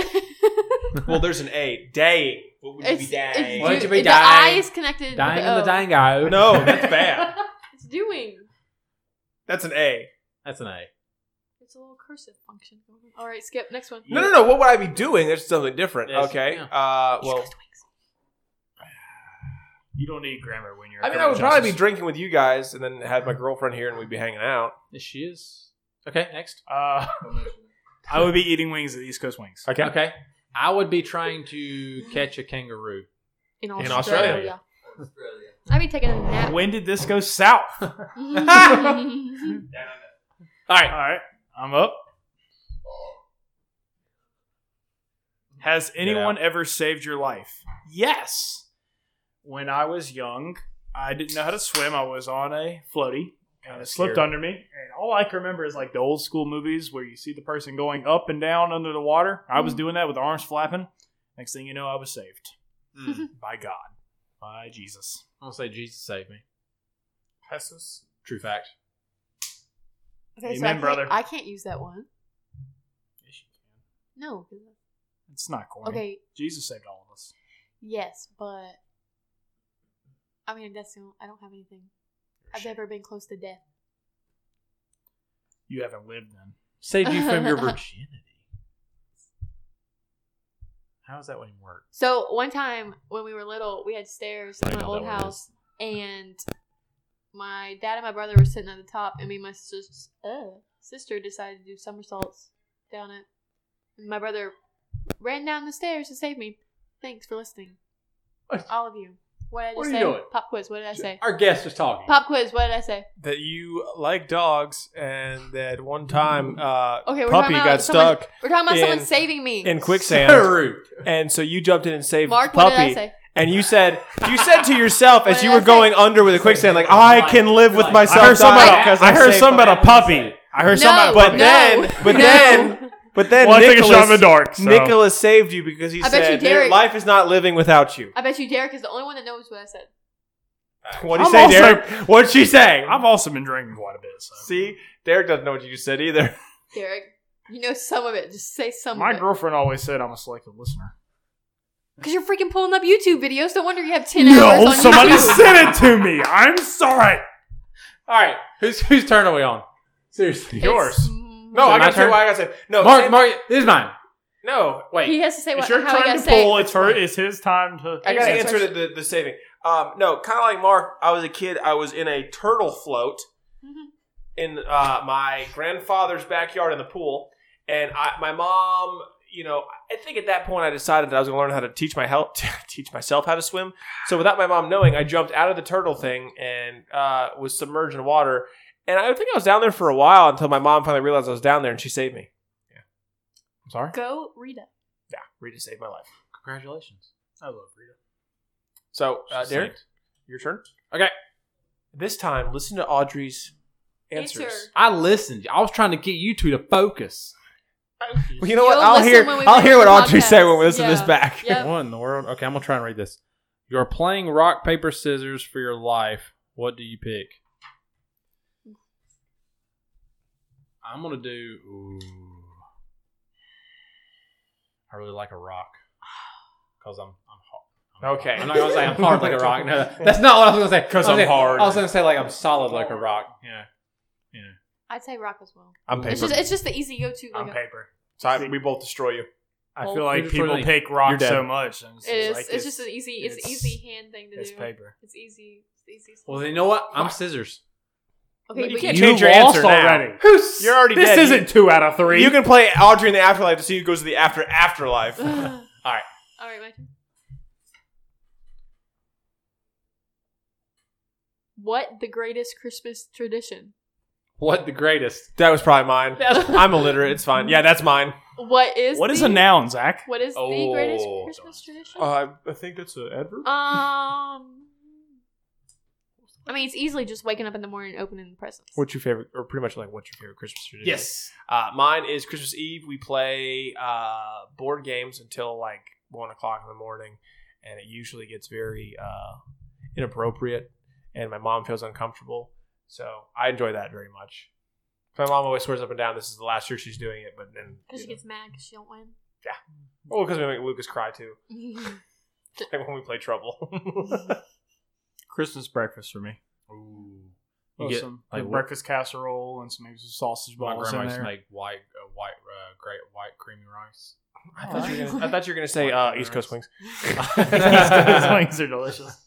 Speaker 2: well, there's an A. Daying. What would you
Speaker 3: it's,
Speaker 2: be
Speaker 3: it's,
Speaker 2: daying?
Speaker 1: Why don't you be
Speaker 3: the I
Speaker 1: dying?
Speaker 3: is connected. with
Speaker 1: dying in the
Speaker 3: O.
Speaker 1: dango.
Speaker 2: No, that's bad.
Speaker 3: it's doing.
Speaker 2: That's an A.
Speaker 1: that's an A.
Speaker 3: It's a little cursive function. All right, skip. Next one.
Speaker 2: No, no, no. What would I be doing? That's something different.
Speaker 1: Yes,
Speaker 2: okay.
Speaker 1: yeah.
Speaker 2: Uh,
Speaker 3: East
Speaker 2: well,
Speaker 3: Coast Wings.
Speaker 4: You don't need grammar when you're.
Speaker 2: I mean, I would probably be drinking with you guys, and then have my girlfriend here, and we'd be hanging out.
Speaker 1: Yes, She is okay. Next.
Speaker 4: Uh, I would be eating wings at East Coast Wings.
Speaker 2: Okay.
Speaker 1: Okay. I would be trying to catch a kangaroo.
Speaker 3: In Australia.
Speaker 2: In
Speaker 1: Australia.
Speaker 3: I'd be taking a nap.
Speaker 4: When did this go south? All
Speaker 1: All
Speaker 4: right, I'm up. Has anyone ever saved your life? Yes. When I was young, I didn't know how to swim. I was on a floaty and
Speaker 2: Kinda
Speaker 4: it slipped
Speaker 2: scary.
Speaker 4: under me. And all I can remember is like the old school movies where you see the person going up and down under the water. I was
Speaker 3: Mhm.
Speaker 4: doing that with arms flapping. Next thing you know, I was saved
Speaker 1: Mm.
Speaker 4: by God, by Jesus.
Speaker 1: I'll say Jesus saved me. Jesus. True fact.
Speaker 3: Okay, so
Speaker 4: Amen,
Speaker 3: I can't-
Speaker 4: brother.
Speaker 3: I can't use that one. No.
Speaker 4: It's not corny.
Speaker 3: Okay.
Speaker 4: Jesus saved all of us.
Speaker 3: Yes, but I mean that's the only, I don't have anything.
Speaker 1: Oh,
Speaker 3: I've never been close to death.
Speaker 4: You haven't lived then.
Speaker 1: Saved you from your virginity. How does that one work?
Speaker 3: So one time when we were little, we had stairs
Speaker 1: I
Speaker 3: in my
Speaker 1: know
Speaker 3: old
Speaker 1: that one
Speaker 3: house, and my dad and my brother were sitting at the top, and me and my sis- uh, sister decided to do somersaults down it. And my brother ran down the stairs to save me. Thanks for listening,
Speaker 1: What?
Speaker 3: all of you. What did I just
Speaker 1: What are you
Speaker 3: say?
Speaker 1: doing?
Speaker 3: Pop quiz. What did I say?
Speaker 1: Our guest was talking.
Speaker 3: Pop quiz. What did I say?
Speaker 2: that you like dogs and that one time uh,
Speaker 3: Okay, we're
Speaker 2: puppy
Speaker 3: talking about
Speaker 2: got
Speaker 3: someone-
Speaker 2: stuck
Speaker 3: We're talking about someone
Speaker 2: In-
Speaker 3: saving me.
Speaker 2: in
Speaker 1: So
Speaker 2: quicksand
Speaker 1: rude.
Speaker 2: and so you jumped in and saved
Speaker 3: Mark,
Speaker 2: puppy
Speaker 3: what did I say?
Speaker 2: and you said you said to yourself
Speaker 3: What
Speaker 2: as
Speaker 3: did
Speaker 2: you
Speaker 3: I
Speaker 2: were
Speaker 3: say?
Speaker 2: going under with the quicksand like I can live with
Speaker 1: Like, I
Speaker 2: myself
Speaker 4: I heard something
Speaker 2: dying
Speaker 4: about,
Speaker 2: because
Speaker 4: I heard
Speaker 2: saved
Speaker 4: something about a
Speaker 2: puppy."
Speaker 4: puppy. I heard something
Speaker 3: No,
Speaker 4: about a
Speaker 2: but
Speaker 4: puppy.
Speaker 3: no,
Speaker 2: then but
Speaker 3: no.
Speaker 2: then but then
Speaker 4: well, I took a
Speaker 2: Nicholas,
Speaker 4: shot in the dark. So.
Speaker 2: Nicholas saved you because he
Speaker 3: I bet you
Speaker 2: said
Speaker 3: Derek-
Speaker 2: life is not living without you
Speaker 3: I bet you Derek is the only one that knows what I said.
Speaker 2: what did he
Speaker 4: I'm
Speaker 2: say
Speaker 4: also-
Speaker 2: Derek what'd she say
Speaker 4: I've also been drinking quite a bit. So.
Speaker 2: see Derek doesn't know what you said either
Speaker 3: Derek, you know some of it. Just say some.
Speaker 4: My
Speaker 3: of it.
Speaker 4: girlfriend always said I'm a selective listener.
Speaker 3: Because you're freaking pulling up YouTube videos. No wonder you have 10 hours
Speaker 5: No,
Speaker 3: on
Speaker 5: somebody
Speaker 3: YouTube.
Speaker 5: sent it to me. I'm sorry.
Speaker 1: All right, whose whose turn are we on? Seriously,
Speaker 3: It's-
Speaker 4: yours.
Speaker 2: No,
Speaker 1: Is it
Speaker 2: I
Speaker 1: my
Speaker 2: gotta say
Speaker 1: turn?
Speaker 2: why I gotta say. No,
Speaker 1: Mark,
Speaker 2: Sam-
Speaker 1: Mark, this is mine.
Speaker 2: No, wait.
Speaker 3: He has to say what,
Speaker 4: It's your
Speaker 3: how he
Speaker 4: time
Speaker 3: got
Speaker 4: to
Speaker 3: to say
Speaker 4: pull. It's her. It's his time to.
Speaker 2: I gotta
Speaker 3: Yes,
Speaker 2: answer the,
Speaker 3: yes.
Speaker 2: the, the saving. Um, no, kind of like Mark, I was a kid. I was in a turtle float
Speaker 3: Mhm.
Speaker 2: in uh, my grandfather's backyard in the pool, and I, my mom, you know, I think at that point I decided that I was gonna learn how to teach my help, teach myself how to swim. So without my mom knowing, I jumped out of the turtle thing and uh, was submerged in water. And I think I was down there for a while until my mom finally realized I was down there and she saved me.
Speaker 1: I'm sorry.
Speaker 3: Go read it.
Speaker 2: Yeah, Rita saved my life.
Speaker 1: Congratulations.
Speaker 4: I love Rita.
Speaker 2: So, uh,
Speaker 1: She's
Speaker 2: Derek,
Speaker 1: saved.
Speaker 2: your turn.
Speaker 1: Okay.
Speaker 2: This time, listen to Audrey's answers.
Speaker 3: Answer.
Speaker 1: I listened. I was trying to get you two to focus.
Speaker 2: Well, you know
Speaker 3: You'll
Speaker 2: what? I'll
Speaker 3: listen
Speaker 2: hear.
Speaker 3: when we
Speaker 2: I'll
Speaker 3: read
Speaker 2: hear
Speaker 3: the
Speaker 2: what Audrey
Speaker 3: podcast.
Speaker 2: said when we listen to this
Speaker 3: Yeah.
Speaker 2: back.
Speaker 3: Yep.
Speaker 1: What in the world? Okay, I'm gonna try and read this. You're playing rock paper scissors for your life. What do you pick? I'm gonna do. Ooh, I really like a rock because I'm I'm hard.
Speaker 2: Okay.
Speaker 1: I'm not gonna say I'm hard like a rock. No, that's not what I was gonna say.
Speaker 2: 'Cause
Speaker 1: I was
Speaker 2: I'm
Speaker 1: gonna-
Speaker 2: hard.
Speaker 1: I was gonna say like I'm solid like a rock. Yeah.
Speaker 3: I'd say rock as well.
Speaker 2: I'm paper.
Speaker 3: It's just, it's just the easy go to.
Speaker 4: On
Speaker 3: Like,
Speaker 4: paper.
Speaker 2: so I- we both destroy you.
Speaker 4: I
Speaker 3: Well,
Speaker 4: feel like
Speaker 1: it's
Speaker 4: people
Speaker 1: really-
Speaker 4: pick
Speaker 2: you're
Speaker 4: rock
Speaker 2: dead.
Speaker 4: so much. And it's
Speaker 3: it is.
Speaker 4: like
Speaker 3: it's, just an easy. It's,
Speaker 4: it's-
Speaker 3: easy hand thing to
Speaker 4: It's
Speaker 3: do.
Speaker 4: paper.
Speaker 3: It's easy. It's easy.
Speaker 1: Well, then you know what? I'm scissors.
Speaker 3: okay,
Speaker 2: you
Speaker 3: but
Speaker 2: can't
Speaker 3: you-
Speaker 2: change your
Speaker 4: lost
Speaker 2: answer now.
Speaker 4: already.
Speaker 2: Who's, You're already
Speaker 4: This
Speaker 2: dead.
Speaker 4: isn't two out of three.
Speaker 2: You can play Audrey in the afterlife to see who goes to the after afterlife.
Speaker 1: All right.
Speaker 3: All right, my turn. What the greatest Christmas tradition?
Speaker 1: What the greatest?
Speaker 2: that was probably mine. I'm illiterate. It's fine. Yeah, that's mine.
Speaker 3: What is
Speaker 4: what
Speaker 3: the,
Speaker 4: is a noun, Zach?
Speaker 3: What is the greatest
Speaker 1: Oh.
Speaker 3: Christmas tradition?
Speaker 2: I think that's an adverb.
Speaker 3: um, I mean, it's easily just waking up in the morning and opening the presents.
Speaker 2: What's your favorite, or pretty much like what's your favorite Christmas tradition? Uh, mine is Christmas Eve. We play uh, board games until like one o'clock in the morning, and it usually gets very uh, inappropriate, and my mom feels uncomfortable. So I enjoy that very much. My mom always swears up and down this is the last year she's doing it, but then
Speaker 3: Because she
Speaker 2: you know.
Speaker 3: gets mad because she don't win.
Speaker 2: well, because we make Lucas cry too, like when we play Trouble.
Speaker 4: Christmas breakfast for me.
Speaker 1: Ooh.
Speaker 4: You
Speaker 1: You
Speaker 4: get
Speaker 1: get,
Speaker 4: Oh, some
Speaker 1: like,
Speaker 4: good
Speaker 1: what-
Speaker 4: breakast casserole and some maybe some sausage
Speaker 1: My
Speaker 4: balls
Speaker 1: grandma
Speaker 4: in
Speaker 1: used to
Speaker 4: there.
Speaker 1: make white, uh, white, uh, great white creamy rice.
Speaker 2: I
Speaker 1: Oh,
Speaker 2: thought you were gonna, I thought you were gonna say uh, East Coast Wings.
Speaker 4: These wings are delicious.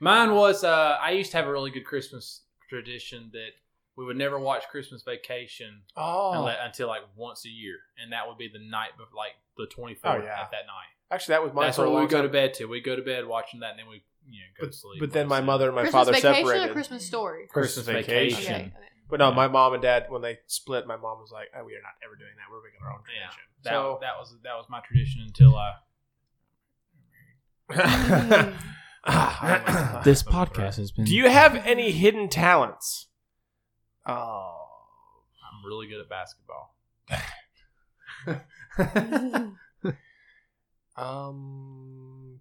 Speaker 1: Mine was uh, I used to have a really good Christmas tradition that we would never watch Christmas Vacation
Speaker 2: Oh,
Speaker 1: unle- until like once a year, and that would be the night of like the twenty
Speaker 2: Oh,
Speaker 1: fourth
Speaker 2: yeah.
Speaker 1: of that night.
Speaker 2: actually, that was mine.
Speaker 1: That's
Speaker 2: for a
Speaker 1: what we
Speaker 2: long
Speaker 1: would go to
Speaker 2: time.
Speaker 1: bed to. We go to bed watching that, and then we you know go to sleep.
Speaker 2: But then my
Speaker 1: Obviously.
Speaker 2: mother and my
Speaker 3: Christmas
Speaker 2: father
Speaker 3: vacation
Speaker 2: separated.
Speaker 3: or Christmas story?
Speaker 1: Christmas
Speaker 3: Okay,
Speaker 1: vacation.
Speaker 3: okay.
Speaker 2: But no, my mom and dad when they split, my mom was like, oh, "We are not ever doing that. We're making our own
Speaker 1: Yeah.
Speaker 2: tradition."
Speaker 1: That,
Speaker 2: so
Speaker 1: that was that was my tradition until I.
Speaker 2: this
Speaker 1: has been.
Speaker 2: Do you have any hidden talents? Uh,
Speaker 4: Oh.
Speaker 1: I'm really good at basketball.
Speaker 3: Hmm.
Speaker 2: Um,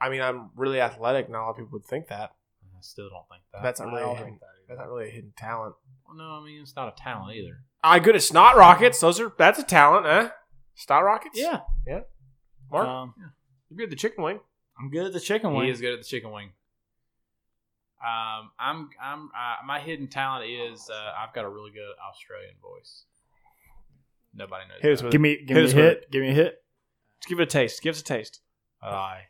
Speaker 2: I mean, I'm really athletic. Not a lot of people would think that.
Speaker 1: I still don't think that.
Speaker 2: That's not really
Speaker 1: I
Speaker 2: a
Speaker 1: don't
Speaker 2: hidden-
Speaker 1: think that
Speaker 2: That's
Speaker 1: either.
Speaker 2: not really a hidden talent.
Speaker 1: Well, no, I mean it's not a talent either.
Speaker 2: I good at snot rockets. Those are that's a talent, eh? Snot rockets. Mark,
Speaker 1: Uh,
Speaker 4: Um,
Speaker 2: you're good at the chicken wing.
Speaker 4: I'm good at the chicken
Speaker 1: He
Speaker 4: wing.
Speaker 1: is good at the chicken wing. Um, I'm, I'm, uh, my hidden talent is uh, I've got a really good Australian voice. Nobody knows.
Speaker 2: Hit us
Speaker 1: that.
Speaker 2: with
Speaker 4: Give me,
Speaker 2: Hit
Speaker 4: give me a
Speaker 2: us with
Speaker 4: hit. Give me a hit.
Speaker 2: Just give it a taste. Give us a taste.
Speaker 1: Aye.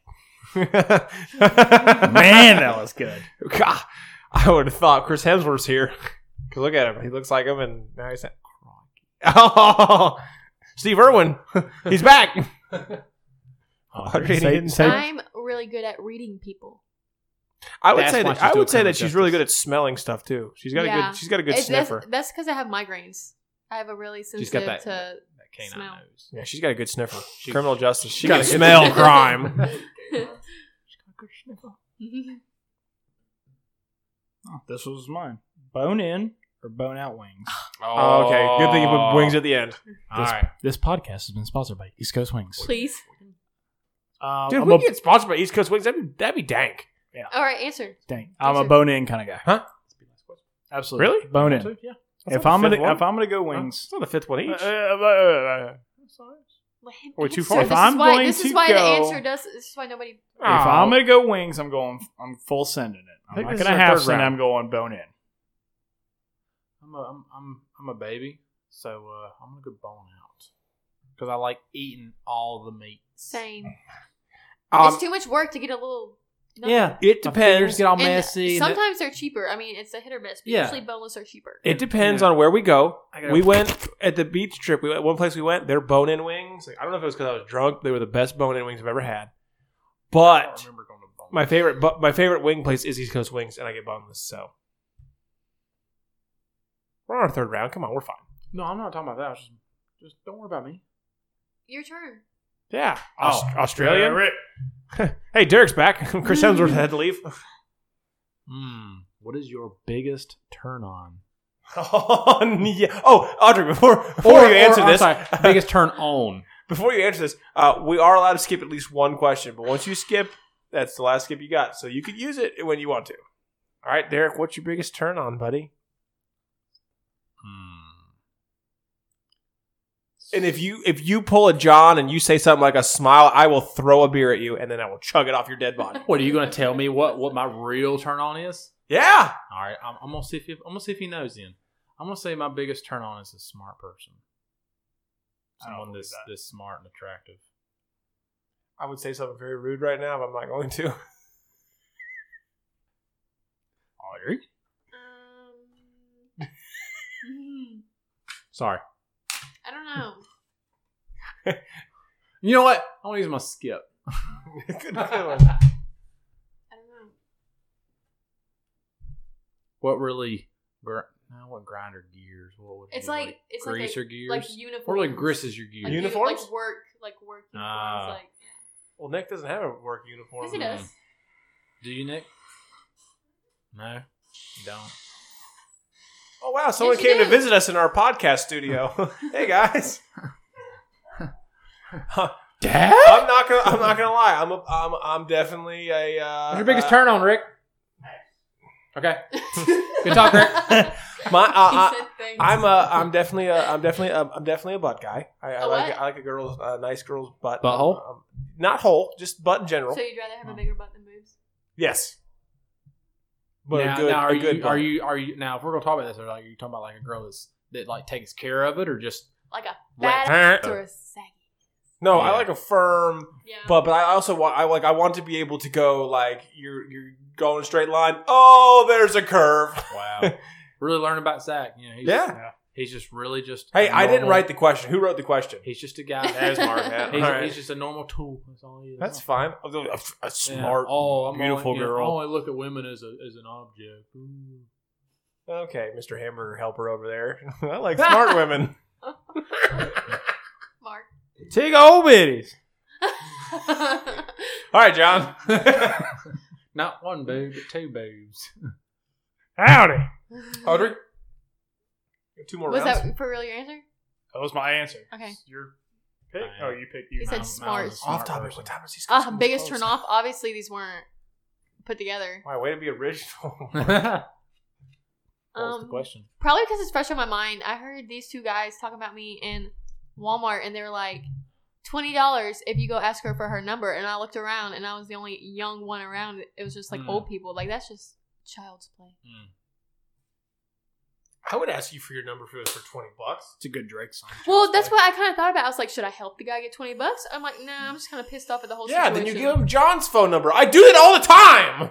Speaker 2: Man,
Speaker 4: Man, that was good.
Speaker 2: God, I would have thought Chris Hemsworth's here. Cause look at him; he looks like him, and now he's at Oh, Steve Irwin, he's back. Audrey,
Speaker 4: Say-
Speaker 2: any-
Speaker 4: say-
Speaker 3: I'm really good at reading people.
Speaker 2: I would
Speaker 1: That's
Speaker 2: say
Speaker 1: why
Speaker 2: that
Speaker 1: she's
Speaker 2: I
Speaker 1: doing
Speaker 2: would say that
Speaker 1: criminal
Speaker 2: she's really
Speaker 1: justice.
Speaker 2: good at smelling stuff too. She's got a
Speaker 3: Yeah.
Speaker 2: good she's got a good
Speaker 3: It's- that's-
Speaker 2: sniffer.
Speaker 3: That's because I have migraines. I have a really
Speaker 1: She's got
Speaker 3: sensitive
Speaker 1: that,
Speaker 3: to.
Speaker 1: that canine
Speaker 3: smell.
Speaker 1: nose.
Speaker 2: Yeah, she's got a good sniffer.
Speaker 1: She-
Speaker 2: criminal justice. She
Speaker 1: got
Speaker 2: can
Speaker 1: a good-
Speaker 2: smell crime.
Speaker 4: Oh, this was mine. Bone in or bone out wings.
Speaker 2: Oh, okay, good thing you put wings at the end.
Speaker 1: All right.
Speaker 4: This podcast has been sponsored by East Coast Wings.
Speaker 3: Please.
Speaker 4: Um,
Speaker 2: Dude,
Speaker 4: I'm,
Speaker 2: we
Speaker 4: a,
Speaker 2: get sponsored by East Coast Wings. That'd be, that'd be dank.
Speaker 3: All right, answer.
Speaker 4: dang, I'm a
Speaker 3: Answer.
Speaker 4: bone in kind of guy.
Speaker 2: Huh?
Speaker 4: Absolutely.
Speaker 2: Really?
Speaker 4: Bone in.
Speaker 2: Yeah.
Speaker 4: If I'm gonna, if
Speaker 2: one.
Speaker 4: I'm gonna go
Speaker 2: Huh?
Speaker 4: wings,
Speaker 1: Uh,
Speaker 2: It's not the fifth one each.
Speaker 4: Uh, uh, uh, uh, uh,
Speaker 3: Well, him-
Speaker 4: Are we too
Speaker 3: so
Speaker 4: far?
Speaker 3: This
Speaker 4: If I'm
Speaker 3: is why,
Speaker 4: going
Speaker 3: this is
Speaker 4: to
Speaker 3: why the
Speaker 4: go-
Speaker 3: answer does. This is why nobody.
Speaker 4: If
Speaker 2: Aw.
Speaker 4: I'm gonna go wings, I'm going. I'm full sending it.
Speaker 1: I
Speaker 4: I'm
Speaker 1: think Oh.
Speaker 4: not
Speaker 1: this is
Speaker 4: gonna
Speaker 1: our
Speaker 4: half
Speaker 1: third
Speaker 4: send.
Speaker 1: round.
Speaker 4: I'm going bone in.
Speaker 1: I'm a, I'm, I'm, I'm a baby, so uh, I'm gonna go bone out because I like eating all the meat.
Speaker 3: Same.
Speaker 2: Um,
Speaker 3: it's too much work to get a little. nothing.
Speaker 1: Yeah,
Speaker 2: it
Speaker 1: my fingers
Speaker 2: depends.
Speaker 1: get all
Speaker 3: And
Speaker 1: messy. and it-
Speaker 3: sometimes they're cheaper. I mean, it's a hit or miss. But
Speaker 1: Yeah.
Speaker 3: Usually boneless are cheaper.
Speaker 2: It depends
Speaker 1: Yeah.
Speaker 2: on where we go.
Speaker 1: I gotta-
Speaker 2: We went at the beach trip. We went, one place we went. They're bone-in wings. Like, I don't know if it was because I was drunk. They were the best bone-in wings I've ever had.
Speaker 1: I don't
Speaker 2: But
Speaker 1: remember going to bone.
Speaker 2: my favorite, but my favorite wing place is East Coast Wings, and I get boneless. So we're on our third round. Come on, we're fine.
Speaker 1: no, I'm not talking about that. I was Just, just don't worry about me.
Speaker 3: Your turn.
Speaker 2: Yeah,
Speaker 4: Oh,
Speaker 2: Aus- Australian.
Speaker 4: Derek.
Speaker 2: hey, Derek's back. Chris Hemsworth had to leave.
Speaker 1: Mm, what is your biggest turn on?
Speaker 2: oh, yeah. oh, Audrey, before before you answer
Speaker 1: I'm
Speaker 2: this,
Speaker 1: sorry, biggest turn on.
Speaker 2: before you answer this, uh, we are allowed to skip at least one question, but once you skip, that's the last skip you got. So you could use it when you want to. All right, Derek, what's your biggest turn on, buddy?
Speaker 1: Hmm.
Speaker 2: And if you if you pull a John and you say something like a smile, I will throw a beer at you and then I will chug it off your dead body.
Speaker 1: What are you gonna tell me? What what my real turn on is?
Speaker 2: yeah.
Speaker 1: All right, I'm, I'm gonna see if he, I'm gonna see if he knows. Then I'm gonna say my biggest turn on is a smart person,
Speaker 4: I don't
Speaker 1: someone
Speaker 4: believe
Speaker 1: this
Speaker 4: that.
Speaker 1: this smart and attractive.
Speaker 2: I would say something very rude right now, but I'm not going to.
Speaker 1: Audrey,
Speaker 3: Um, hmm,
Speaker 1: sorry.
Speaker 3: I don't know.
Speaker 1: You know what? I want to use my skip.
Speaker 2: Good feeling.
Speaker 3: I don't know.
Speaker 1: What really? Gr- no, what grinder gears? What would it
Speaker 3: It's
Speaker 1: be,
Speaker 3: like, it's like
Speaker 1: greaser
Speaker 3: a,
Speaker 1: gears.
Speaker 3: like
Speaker 1: what
Speaker 3: uniforms.
Speaker 1: really grisses your gears?
Speaker 3: Like, uni-
Speaker 2: Uniforms?
Speaker 3: Like work, like work uniforms.
Speaker 1: Ah.
Speaker 3: Like,
Speaker 2: Well, Nick doesn't have a work uniform.
Speaker 3: yes, he does.
Speaker 1: Do you, Nick? No, you don't.
Speaker 2: Oh wow, someone
Speaker 3: Yes, you
Speaker 2: came to
Speaker 3: do.
Speaker 2: visit us in our podcast studio. hey guys.
Speaker 1: Dad,
Speaker 2: I'm not gonna. I'm not gonna lie. I'm. A, I'm. I'm definitely a. Uh,
Speaker 1: what's your biggest
Speaker 2: uh,
Speaker 1: turn on, Rick? Okay, Good talk, Rick.
Speaker 2: My. Uh,
Speaker 3: He
Speaker 2: I,
Speaker 3: said things.
Speaker 2: I'm a. I'm definitely a. I'm definitely. A, I'm definitely a butt guy. I, I
Speaker 3: A
Speaker 2: like.
Speaker 3: what?
Speaker 2: I like a girl's. A nice girl's butt.
Speaker 1: Butthole?
Speaker 2: Um, not hole. Just butt in general.
Speaker 3: So you'd rather
Speaker 1: Oh.
Speaker 3: have a bigger butt than boobs?
Speaker 2: yes. But
Speaker 1: now,
Speaker 2: a good.
Speaker 1: now, are
Speaker 2: a good
Speaker 1: you
Speaker 2: butt.
Speaker 1: are you are you now? If we're gonna talk about this, are, like, are you talking about like a girl that's, that like takes care of it, or just
Speaker 3: Like a
Speaker 1: Right.
Speaker 3: fat or a saggy?
Speaker 2: No, I
Speaker 1: Yeah.
Speaker 2: like a firm.
Speaker 3: Yeah.
Speaker 2: But but I also want. I like. I want to be able to go like you're you're going straight line. Oh, there's a curve.
Speaker 1: wow? really learn about Zach. You know, he's,
Speaker 2: Yeah.
Speaker 1: he's just really just.
Speaker 2: Hey,
Speaker 1: a
Speaker 2: I didn't
Speaker 1: normal-
Speaker 2: write the question. Who wrote the question?
Speaker 1: He's just a guy.
Speaker 3: That is Mark, yeah.
Speaker 1: He's,
Speaker 2: All right.
Speaker 1: he's just a normal tool. That's all he is.
Speaker 2: That's fine. A, a- a
Speaker 1: Yeah.
Speaker 2: smart.
Speaker 1: oh, I'm
Speaker 2: beautiful
Speaker 1: only, you know,
Speaker 2: girl.
Speaker 1: I only look at women as a as an object. Ooh.
Speaker 2: Okay, Mr. Hamburger Helper over there. I like smart women.
Speaker 3: Mark.
Speaker 2: Take old biddies.
Speaker 3: I
Speaker 2: All right, John.
Speaker 1: Not one boob, but two boobs.
Speaker 4: Howdy.
Speaker 2: Audrey. Two more
Speaker 3: Was
Speaker 2: rounds.
Speaker 3: that for real your answer?
Speaker 4: That was my answer.
Speaker 3: Okay.
Speaker 4: Your pick.
Speaker 1: I-
Speaker 4: Oh, you picked. You.
Speaker 3: He said
Speaker 1: Mount-
Speaker 3: smart.
Speaker 1: Mount is a
Speaker 2: Off
Speaker 1: smart
Speaker 2: topic.
Speaker 1: person.
Speaker 2: What time is he?
Speaker 3: Ah, biggest turn off. Obviously, these weren't put together.
Speaker 2: My way to be original.
Speaker 1: What was the
Speaker 3: Um,
Speaker 1: question?
Speaker 3: probably because it's fresh on my mind. I heard these two guys talking about me in Walmart, and they were like, twenty dollars if you go ask her for her number. And I looked around, and I was the only young one around. It was just like
Speaker 1: Hmm.
Speaker 3: old people. Like that's just child's play.
Speaker 1: Mm.
Speaker 2: I would ask you for your number if it was for twenty bucks.
Speaker 4: It's a good Drake song.
Speaker 3: Well, that's what I kind of thought about. I was like, should I help the guy get twenty bucks? I'm like, no, I'm just kind of pissed off at the whole.
Speaker 2: Yeah,
Speaker 3: situation.
Speaker 2: then you give him John's phone number. I do that all the time.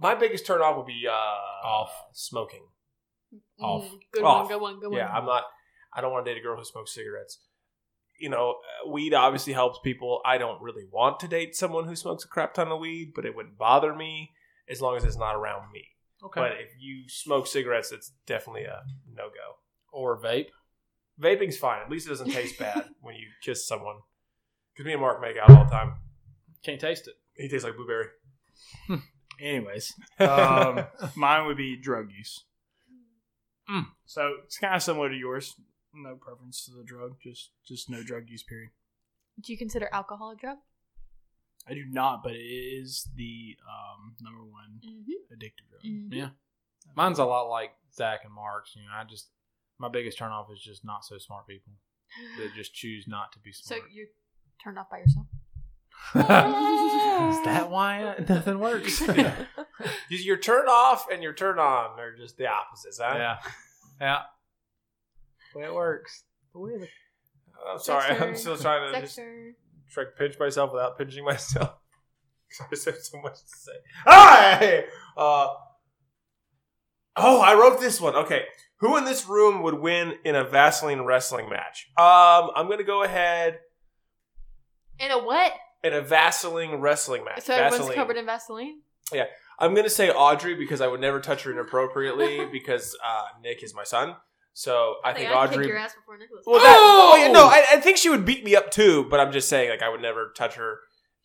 Speaker 2: My biggest turn off would be uh, off smoking.
Speaker 1: off.
Speaker 3: Mm, Good
Speaker 2: Off.
Speaker 3: one. Good one. Good one.
Speaker 2: Yeah, I'm not. I don't want to date a girl who smokes cigarettes. You know, uh, weed obviously helps people. I don't really want to date someone who smokes a crap ton of weed, but it wouldn't bother me as long as it's not around me.
Speaker 1: Okay.
Speaker 2: But if you smoke cigarettes, it's definitely a no go.
Speaker 1: or vape.
Speaker 2: Vaping's fine. At least it doesn't taste bad when you kiss someone. Because me and Mark make out all the time.
Speaker 1: Can't taste it.
Speaker 2: He tastes like blueberry.
Speaker 4: Anyways, um, mine would be drug use.
Speaker 1: Mm.
Speaker 4: So it's kind of similar to yours. No preference to the drug. Just just no drug use. Period.
Speaker 3: Do you consider alcohol a drug?
Speaker 4: I do not, but it is the um, number one
Speaker 3: Mm-hmm.
Speaker 4: addictive drug.
Speaker 1: Mine's a lot like Zach and Mark's. You know, I just my biggest turn off is just not so smart people. that just choose not to be
Speaker 3: So
Speaker 1: smart.
Speaker 3: you're turned off by yourself.
Speaker 1: Is that why nothing works?
Speaker 2: Your turn off and your turn on are just the opposites, huh?
Speaker 1: yeah, yeah. It works.
Speaker 2: I'm Oh, sorry.
Speaker 3: Dexter.
Speaker 2: I'm still trying to just
Speaker 3: Dexter.
Speaker 2: try to pinch myself without pinching myself. 'Cause I have so much to say. Hi. Uh, oh, I wrote this one. Okay, who in this room would win in a Vaseline wrestling match? Um, I'm gonna go ahead
Speaker 3: In a what?
Speaker 2: in a Vaseline wrestling match.
Speaker 3: So everyone's
Speaker 2: Vaseline.
Speaker 3: covered in Vaseline?
Speaker 2: I'm gonna say Audrey because I would never touch her inappropriately because uh, Nick is my son. So I think
Speaker 3: I'd kick
Speaker 2: Audrey.
Speaker 3: your ass before Nicholas.
Speaker 2: Well, that, oh! yeah, no, I, I think she would beat me up too, but I'm just saying, like, I would never touch her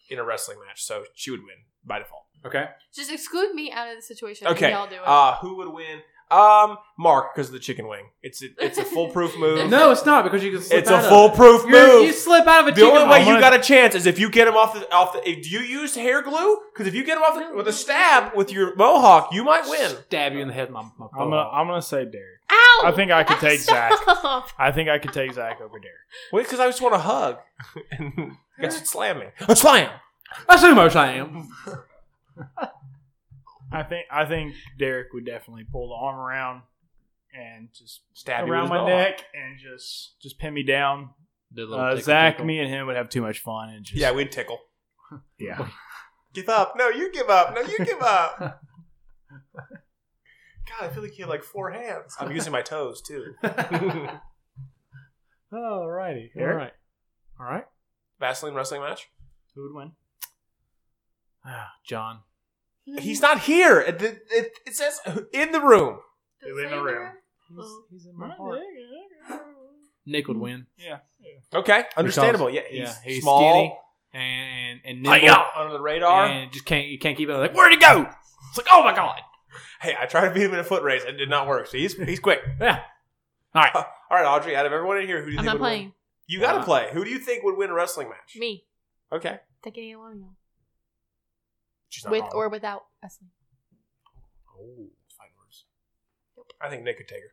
Speaker 2: in a wrestling match, so she would win by default. Okay.
Speaker 3: Just exclude me out of the situation.
Speaker 2: Okay.
Speaker 3: And y'all do it.
Speaker 2: Uh, who would win? Um, Mark, because of the chicken wing. It's a, it's a foolproof move.
Speaker 1: No, it's not because you can. Slip
Speaker 2: it's a
Speaker 1: out of it.
Speaker 2: foolproof
Speaker 1: You're-
Speaker 2: move.
Speaker 1: You slip out of a
Speaker 2: the
Speaker 1: chicken
Speaker 2: only way
Speaker 1: wing.
Speaker 2: you got a chance is if you get him off the off the. If, do you use hair glue? Because if you get him off the, with a stab with your mohawk, you might win.
Speaker 1: stab you in the head. My, my
Speaker 4: I'm gonna, I'm gonna say Derek.
Speaker 3: Ow!
Speaker 4: I think I could take Zach.
Speaker 3: Stop!
Speaker 4: I think I could take Zach over Derek.
Speaker 2: Wait, because I just want a hug. and you guys would slam me. A slam.
Speaker 1: That's who most I am.
Speaker 4: I think I think Derek would definitely pull the arm around and just
Speaker 2: Stab you
Speaker 4: around
Speaker 2: with
Speaker 4: my
Speaker 2: his mohawk.
Speaker 4: neck and just just pin me down.
Speaker 1: Did a little
Speaker 4: Uh,
Speaker 1: tickle,
Speaker 4: Zach,
Speaker 1: tickle.
Speaker 4: me and him would have too much fun and just
Speaker 2: Yeah, we'd tickle.
Speaker 4: yeah.
Speaker 2: Give up. No, you give up. No, you give up. God, I feel like you have like four hands. I'm using my toes too.
Speaker 1: Alrighty.
Speaker 4: Eric?
Speaker 1: Alright. Alright.
Speaker 2: Vaseline wrestling match?
Speaker 4: Who would win?
Speaker 1: Ah, John.
Speaker 2: He's not here. It, it- it- it says in the room.
Speaker 3: Does
Speaker 4: Who in
Speaker 3: Sam
Speaker 4: the room?
Speaker 3: remember? Oh.
Speaker 1: He's in Nick would win.
Speaker 4: Yeah.
Speaker 2: Okay, understandable. Yeah, he's,
Speaker 1: yeah, he's
Speaker 2: small.
Speaker 1: skinny and and, and
Speaker 2: Hey,
Speaker 1: nimble,
Speaker 2: yeah, under the radar.
Speaker 1: and just can't you can't keep it like
Speaker 2: Where'd he go? It's like, oh my god. Hey, I tried to beat him in a foot race. It did not work. So he's he's quick.
Speaker 1: Yeah.
Speaker 2: All right, Uh, all right, Audrey. Out of everyone in here, who do you
Speaker 3: I'm
Speaker 2: think
Speaker 3: not
Speaker 2: would win?
Speaker 3: playing.
Speaker 2: You got to play. Who do you think would win a wrestling match?
Speaker 3: Me.
Speaker 2: Okay.
Speaker 3: Take any one of y'all.
Speaker 2: She's not
Speaker 3: With
Speaker 2: wrong.
Speaker 3: or without Vaseline.
Speaker 2: Oh, fine words. I think Nick could take her.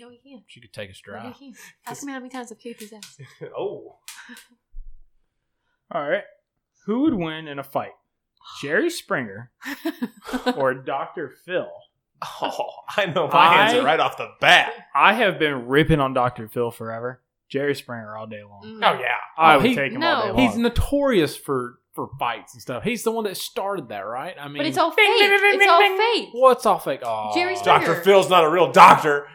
Speaker 3: No, he can't.
Speaker 1: she could take a
Speaker 3: No,
Speaker 1: stride.
Speaker 3: he can't. Ask me how many times I've kicked his ass. Mm.
Speaker 2: oh.
Speaker 4: All right. Who would win in a fight? Jerry Springer or Dr. Phil?
Speaker 2: Oh, I know my answer
Speaker 4: I-
Speaker 2: right off the bat.
Speaker 4: I have been ripping on Dr. Phil forever. Jerry Springer all day long.
Speaker 3: Mm.
Speaker 2: Oh yeah.
Speaker 4: I
Speaker 1: Oh,
Speaker 4: would
Speaker 1: he-
Speaker 4: take him all
Speaker 3: no.
Speaker 4: day long.
Speaker 1: He's notorious for for fights and stuff. He's the one that started that, right? I mean,
Speaker 3: But it's all fake. It's all fake.
Speaker 1: what's all fake? Oh,
Speaker 3: Jerry Springer.
Speaker 2: Dr. Phil's not a real doctor.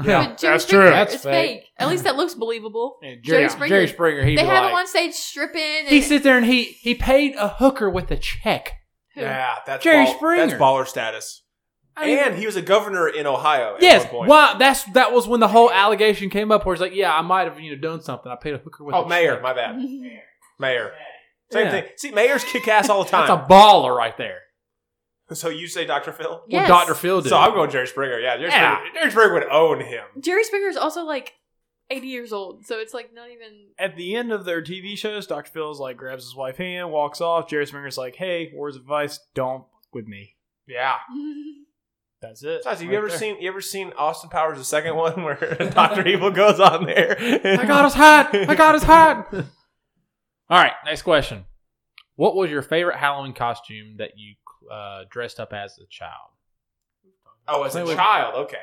Speaker 1: Yeah,
Speaker 3: But Jerry
Speaker 4: that's
Speaker 3: Springer,
Speaker 4: true.
Speaker 1: That's
Speaker 3: it's
Speaker 1: fake.
Speaker 3: fake. At least that looks believable.
Speaker 1: And
Speaker 3: Jerry
Speaker 1: Jerry,
Speaker 3: Springer.
Speaker 1: Jerry Springer. He'd
Speaker 3: they
Speaker 1: be
Speaker 3: have
Speaker 1: like,
Speaker 3: him on stage stripping. And
Speaker 1: He sits there and he he paid a hooker with a check.
Speaker 3: Who?
Speaker 2: Yeah, that's
Speaker 1: Jerry
Speaker 2: ball-
Speaker 1: Springer.
Speaker 2: That's baller status.
Speaker 1: I mean-
Speaker 2: and he was a governor in Ohio at
Speaker 1: Yes,
Speaker 2: one point.
Speaker 1: why? That's that was when the whole allegation came up, where it's like, yeah, I might have you know done something. I paid a hooker with
Speaker 2: Oh,
Speaker 1: a
Speaker 2: mayor.
Speaker 1: check.
Speaker 2: My bad. Mayor. Same
Speaker 1: Yeah.
Speaker 2: thing. See, mayors kick ass all the
Speaker 1: That's a
Speaker 2: time.
Speaker 1: baller right there.
Speaker 2: so you say Dr. Phil?
Speaker 1: Well,
Speaker 3: Yes.
Speaker 1: Dr. Phil did.
Speaker 2: So I'm going Jerry Springer. Yeah, Jerry,
Speaker 1: Yeah.
Speaker 2: Springer, Jerry Springer would own him.
Speaker 3: Jerry Springer is also like 80 years old, so it's like not even.
Speaker 4: At the end of their TV shows, Dr. Phil's like grabs his wife's hand, walks off. Jerry Springer's like, hey, words of advice, don't fuck with me.
Speaker 2: Yeah.
Speaker 4: That's it.
Speaker 2: Besides, have
Speaker 4: Right
Speaker 2: you ever
Speaker 4: there.
Speaker 2: seen you ever seen Austin Powers the second one where Doctor Evil goes on there?
Speaker 1: I got his hat. I got his hat. All right, next question. What was your favorite Halloween costume that you uh, dressed up as a child?
Speaker 2: Oh, as
Speaker 1: Wait,
Speaker 2: a
Speaker 1: wait.
Speaker 2: child, okay.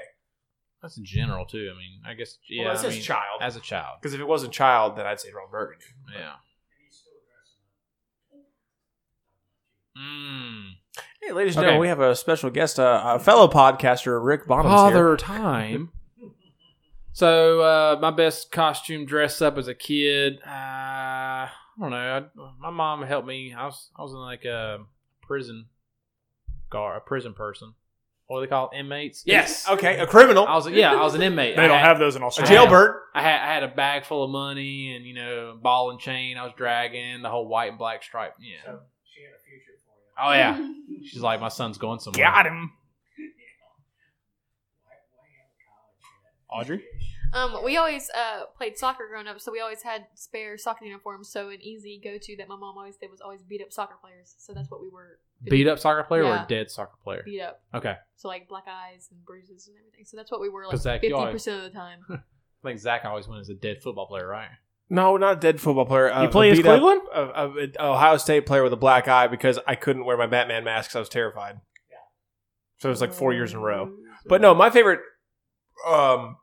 Speaker 1: That's in general too. I mean, I guess yeah.
Speaker 2: well, it
Speaker 1: I
Speaker 2: says
Speaker 1: mean,
Speaker 2: child.
Speaker 1: as a child.
Speaker 2: Because if it wasn't child, then I'd say Ron Burgundy.
Speaker 1: Yeah. Mm.
Speaker 2: Hey, ladies
Speaker 1: and gentlemen, we
Speaker 2: have a special guest, uh, a fellow podcaster, Rick Bonham.
Speaker 1: Father time. So uh, my best costume dress up as a kid. Uh, I don't know. I, my mom helped me. I was I was in like a prison guard, a prison person. What do they call it? inmates? Yes.
Speaker 2: Okay, a criminal,
Speaker 1: I was yeah, I was an inmate.
Speaker 4: They
Speaker 1: I
Speaker 4: don't
Speaker 1: had,
Speaker 4: have those in
Speaker 2: a
Speaker 4: Australia.
Speaker 2: jailbird.
Speaker 1: I had I had a bag full of money and you know ball and chain. I was dragging the whole white and black stripe. Yeah. Oh yeah. She's like my son's going somewhere.
Speaker 4: Got him. Audrey?
Speaker 3: Um, we always uh, played soccer growing up, so we always had spare soccer uniforms. So an easy go-to that my mom always did was always beat up soccer players. So that's what we were
Speaker 1: Beat up soccer player or
Speaker 3: Yeah.
Speaker 1: dead soccer player?
Speaker 3: beat up.
Speaker 1: Okay.
Speaker 3: So like black eyes and bruises and everything. So that's what we were like
Speaker 1: Cause that-
Speaker 3: fifty
Speaker 1: y'all-
Speaker 3: percent of the time.
Speaker 1: I think Zach always went as a dead football player, right?
Speaker 2: No, not a dead football player. Uh,
Speaker 4: You play
Speaker 2: a
Speaker 4: as
Speaker 2: beat up-
Speaker 4: Cleveland?
Speaker 2: a- a- an Ohio State player with a black eye because I couldn't wear my Batman mask 'cause I was terrified. So it was like four years in a row. But no, my favorite um,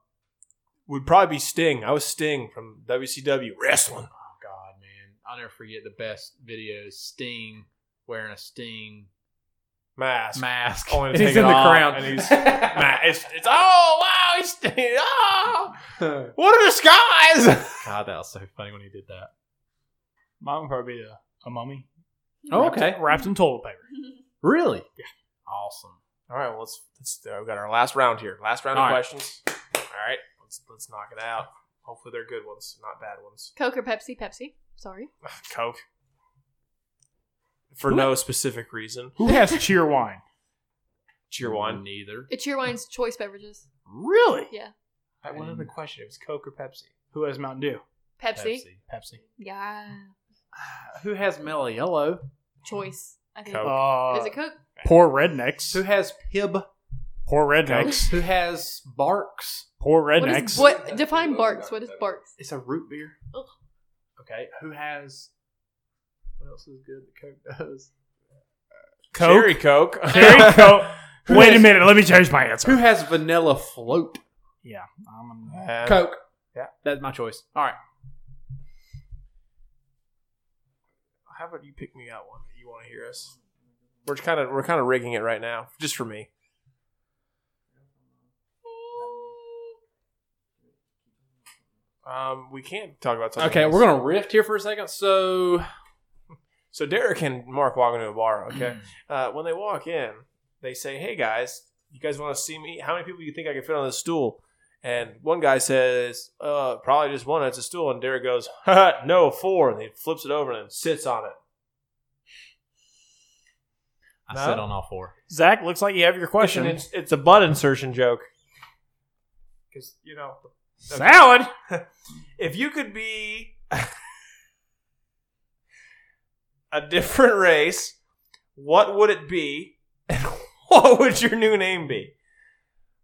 Speaker 2: would probably be Sting. I was Sting from WCW wrestling.
Speaker 1: Oh God, man, I'll never forget the best videos. Sting wearing a Sting
Speaker 2: Mask.
Speaker 1: mask,
Speaker 2: Only to
Speaker 1: and he's
Speaker 2: take it
Speaker 1: in the
Speaker 2: off,
Speaker 1: crown,
Speaker 2: and he's-
Speaker 1: Ma- it's, it's oh wow, he's Sting. Oh,
Speaker 2: Ah!
Speaker 1: what a disguise! God, that was so funny when he did that.
Speaker 4: Mine would probably be a, a mummy.
Speaker 1: Oh,
Speaker 4: Wrapped-
Speaker 1: okay.
Speaker 4: Wrapped in toilet paper.
Speaker 1: Really? Yeah. Awesome.
Speaker 2: All right, well, let's, let's uh, we got our last round here. Last round
Speaker 1: All
Speaker 2: of
Speaker 1: right.
Speaker 2: questions. All right, let's let's knock it out. Hopefully they're good ones, not bad ones.
Speaker 3: Coke or Pepsi? Pepsi. Sorry.
Speaker 2: Coke. For no specific reason.
Speaker 4: Who has cheer wine?
Speaker 2: Cheer one.
Speaker 1: Neither.
Speaker 3: It's your wine's choice beverages.
Speaker 4: Really?
Speaker 3: Yeah.
Speaker 2: That wasn't the question. It was Coke or Pepsi.
Speaker 4: Who has Mountain Dew?
Speaker 3: Pepsi.
Speaker 4: Pepsi.
Speaker 3: Yeah.
Speaker 1: Who has mellow yellow?
Speaker 3: Choice. I think.
Speaker 2: Coke.
Speaker 4: Uh,
Speaker 3: Is it Coke?
Speaker 4: poor rednecks.
Speaker 1: Who has Pib?
Speaker 4: Poor rednecks.
Speaker 1: Who has Barks?
Speaker 4: poor
Speaker 3: What is
Speaker 4: rednecks.
Speaker 3: what? Define Barks. What is Barks?
Speaker 1: It's a root beer.
Speaker 3: Ugh.
Speaker 1: Okay. Who has? What else is good that Coke does?
Speaker 4: Coke.
Speaker 2: Cherry Coke.
Speaker 4: Cherry Coke.
Speaker 1: Who
Speaker 4: Wait a
Speaker 1: has-
Speaker 4: minute. Let me change my answer.
Speaker 1: Who has vanilla float?
Speaker 4: yeah. I'm gonna-
Speaker 2: Uh,
Speaker 1: Coke.
Speaker 2: Yeah.
Speaker 1: That's my choice. All right.
Speaker 2: How about you pick me out one that you want to hear us? We're kind of we're kind of rigging it right now, just for me. Um, we can't talk about something.
Speaker 1: Okay,
Speaker 2: else.
Speaker 1: we're gonna rift here for a second. So
Speaker 2: So Derek and Mark walk into a bar. Okay, uh, when they walk in, they say, "Hey guys, you guys want to see me? How many people do you think I can fit on this stool?" And one guy says, uh, "Probably just one. It's a stool." And Derek goes, "Haha, "No, four. And he flips it over and sits on it.
Speaker 1: I
Speaker 2: No?
Speaker 1: sit on all four.
Speaker 4: Zach, looks like you have your question.
Speaker 2: It's, it's a butt insertion joke. Because you know,
Speaker 4: Salad.
Speaker 2: if you could be a different race, what would it be, and what would your new name be?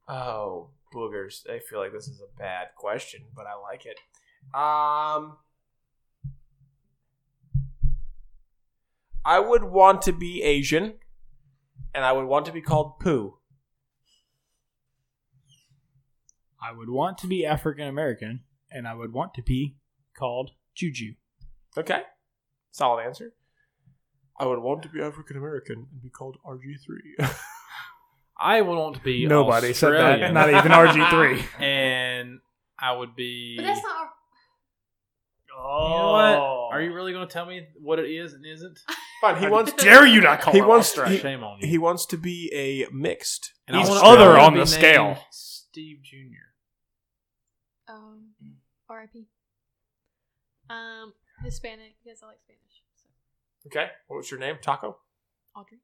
Speaker 2: Oh, boogers! I feel like this is a bad question, but I like it. Um, I would want to be Asian, and I would want to be called Pooh.
Speaker 4: I would want to be African American, and I would want to be called Juju.
Speaker 2: Okay. Solid answer. I would want to be African American and be called RG3.
Speaker 1: I would want to be
Speaker 4: Nobody said that,
Speaker 1: Australian.
Speaker 4: not even RG3.
Speaker 1: and I would be.
Speaker 3: But that's not.
Speaker 4: Oh,
Speaker 1: Are you really gonna tell me what it is and isn't?
Speaker 2: Fine, he wants
Speaker 4: How dare you not call
Speaker 2: He
Speaker 4: her
Speaker 2: wants-
Speaker 4: Australian?
Speaker 2: He-
Speaker 1: Shame on you.
Speaker 2: he wants to be a mixed.
Speaker 1: And I
Speaker 4: he's
Speaker 1: wanna-
Speaker 4: other
Speaker 1: I wanna
Speaker 4: on
Speaker 1: be
Speaker 4: the
Speaker 1: named
Speaker 4: scale.
Speaker 1: Steve Junior.
Speaker 3: Our, um,
Speaker 4: Mm.
Speaker 3: R.I.P. Um, Hispanic because I like Spanish. So
Speaker 2: Okay. What was your name? Taco?
Speaker 3: Audrey.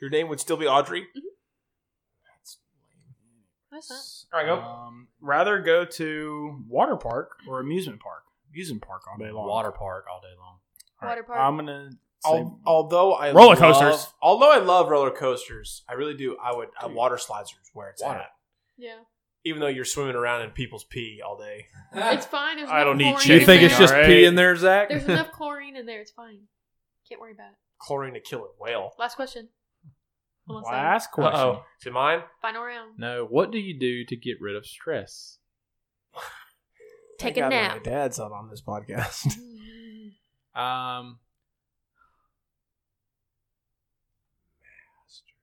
Speaker 2: Your name would still be Audrey?
Speaker 3: That's not.
Speaker 2: All right, go.
Speaker 4: Um, rather go to water park or amusement park. Amusement park all day long.
Speaker 1: Water park all day long.
Speaker 4: All
Speaker 3: Water park.
Speaker 4: I'm gonna. Say,
Speaker 2: Al- although I
Speaker 4: Roller
Speaker 2: love-
Speaker 4: coasters.
Speaker 2: although I love roller coasters, I really do. I would. I water slides are where it's
Speaker 1: Water.
Speaker 2: at.
Speaker 3: Yeah,
Speaker 2: Even though you're swimming around in people's pee all day.
Speaker 3: it's fine. There's
Speaker 4: I
Speaker 3: enough
Speaker 4: don't need
Speaker 3: chlorine
Speaker 4: you.
Speaker 3: in
Speaker 4: think it's
Speaker 3: there.
Speaker 4: just Alright. pee in
Speaker 1: there, Zach?
Speaker 3: There's enough chlorine in there. It's fine. Can't worry about it.
Speaker 2: Chlorine to kill a whale.
Speaker 3: Last question. Almost done.
Speaker 4: last question.
Speaker 2: Uh-oh. Is it mine?
Speaker 3: Final round.
Speaker 1: no. What do you do to get rid of stress?
Speaker 2: Thank
Speaker 3: Take a
Speaker 2: God
Speaker 3: nap.
Speaker 2: My dad's not on this podcast.
Speaker 1: Um,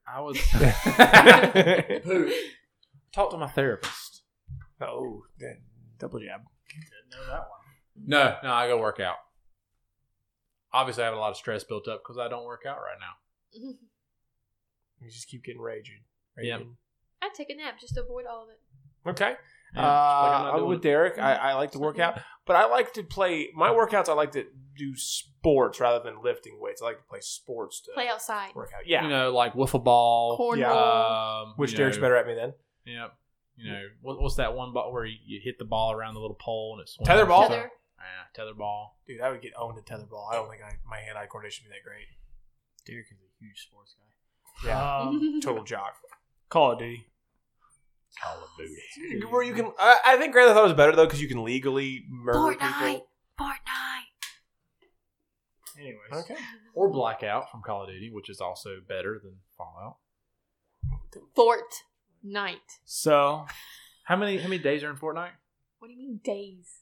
Speaker 1: I was talk to my therapist.
Speaker 2: oh, then double jab.
Speaker 1: No, no, I go work out. Obviously, I have a lot of stress built up because I don't work out right now.
Speaker 2: You just keep getting raging.
Speaker 1: Yeah.
Speaker 2: Raging.
Speaker 3: I take a nap just to avoid all of it.
Speaker 2: Okay.
Speaker 1: Yeah, like I'm
Speaker 2: uh,
Speaker 1: not
Speaker 2: I'm
Speaker 1: doing
Speaker 2: with
Speaker 1: it.
Speaker 2: Derek. I, I like to work out, but I like to play my workouts. I like to do sports rather than lifting weights. I like to play sports to
Speaker 3: Play outside.
Speaker 2: work out. Yeah.
Speaker 1: You know, like wiffle ball,
Speaker 3: Cornhole.
Speaker 2: Yeah.
Speaker 1: um,
Speaker 2: Which
Speaker 1: you
Speaker 2: Derek's
Speaker 1: know,
Speaker 2: better at me than
Speaker 1: Yep. You know, what, what's that one ball where you, you hit the ball around the little pole and it swings?
Speaker 2: Tetherball?
Speaker 1: Yeah,
Speaker 3: Tether.
Speaker 1: tetherball.
Speaker 2: Dude, I would get owned at tetherball. I don't think I, my hand eye coordination would be that great.
Speaker 4: Derek is a huge sports guy.
Speaker 1: Uh,
Speaker 2: Yeah.
Speaker 4: Um,
Speaker 2: Total jock.
Speaker 4: Call of Duty.
Speaker 1: Call of Duty.
Speaker 2: Where you can, I, I think Grand Theft Auto is better though because you can legally murder
Speaker 3: Fortnite.
Speaker 2: people.
Speaker 3: Fortnite.
Speaker 4: Anyways,
Speaker 2: Okay.
Speaker 1: Or Blackout from Call of Duty, which is also better than Fallout.
Speaker 3: Fortnite.
Speaker 4: so
Speaker 1: How many how many days are in Fortnite?
Speaker 3: What do you mean days?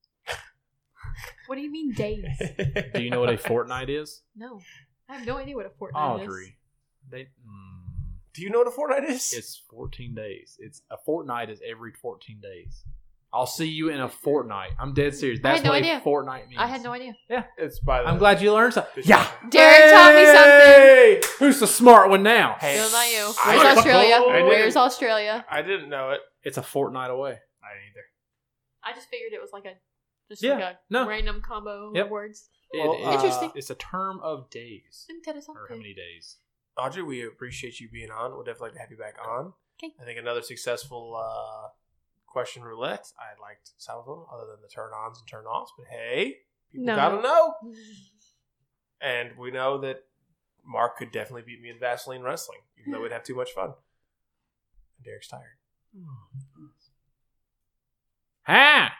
Speaker 3: what do you mean days?
Speaker 1: Do you know what a Fortnite is?
Speaker 3: No. I have no idea what a Fortnite
Speaker 1: All
Speaker 3: is.
Speaker 1: three. They mm,
Speaker 2: Do you know what a Fortnite is?
Speaker 1: it's fourteen days. It's a fortnight is every fourteen days. I'll see you in a fortnight. I'm dead serious.
Speaker 3: I
Speaker 1: That's
Speaker 3: had no
Speaker 1: what
Speaker 3: idea.
Speaker 1: a fortnight means.
Speaker 3: I had no idea.
Speaker 2: It's by the.
Speaker 1: I'm glad you learned something. Yeah.
Speaker 3: Derek taught me something.
Speaker 1: Hey! Who's the smart one now?
Speaker 2: Hey,
Speaker 3: No, not you.
Speaker 2: I
Speaker 3: Where's
Speaker 2: didn't-
Speaker 3: Australia?
Speaker 2: I didn't-
Speaker 3: Where's Australia?
Speaker 2: I didn't know it.
Speaker 1: It's a fortnight away.
Speaker 4: I either.
Speaker 3: I just figured it was like a just
Speaker 1: Yeah,
Speaker 3: like a
Speaker 1: no.
Speaker 3: random combo
Speaker 1: Yep.
Speaker 3: of words.
Speaker 2: Well,
Speaker 1: It- it-
Speaker 3: Interesting.
Speaker 1: It's a term of days
Speaker 3: Didn't tell us
Speaker 1: or how
Speaker 3: something.
Speaker 1: many days.
Speaker 2: Audrey, we appreciate you being on. We'd definitely like to have you back on.
Speaker 3: Okay.
Speaker 2: I think another successful uh, question roulette. I liked some of them, other than the turn ons and turn offs. But hey, people
Speaker 3: No.
Speaker 2: gotta know. And we know that Mark could definitely beat me in Vaseline wrestling, even though we'd have too much fun. And Derek's tired.
Speaker 1: Ha!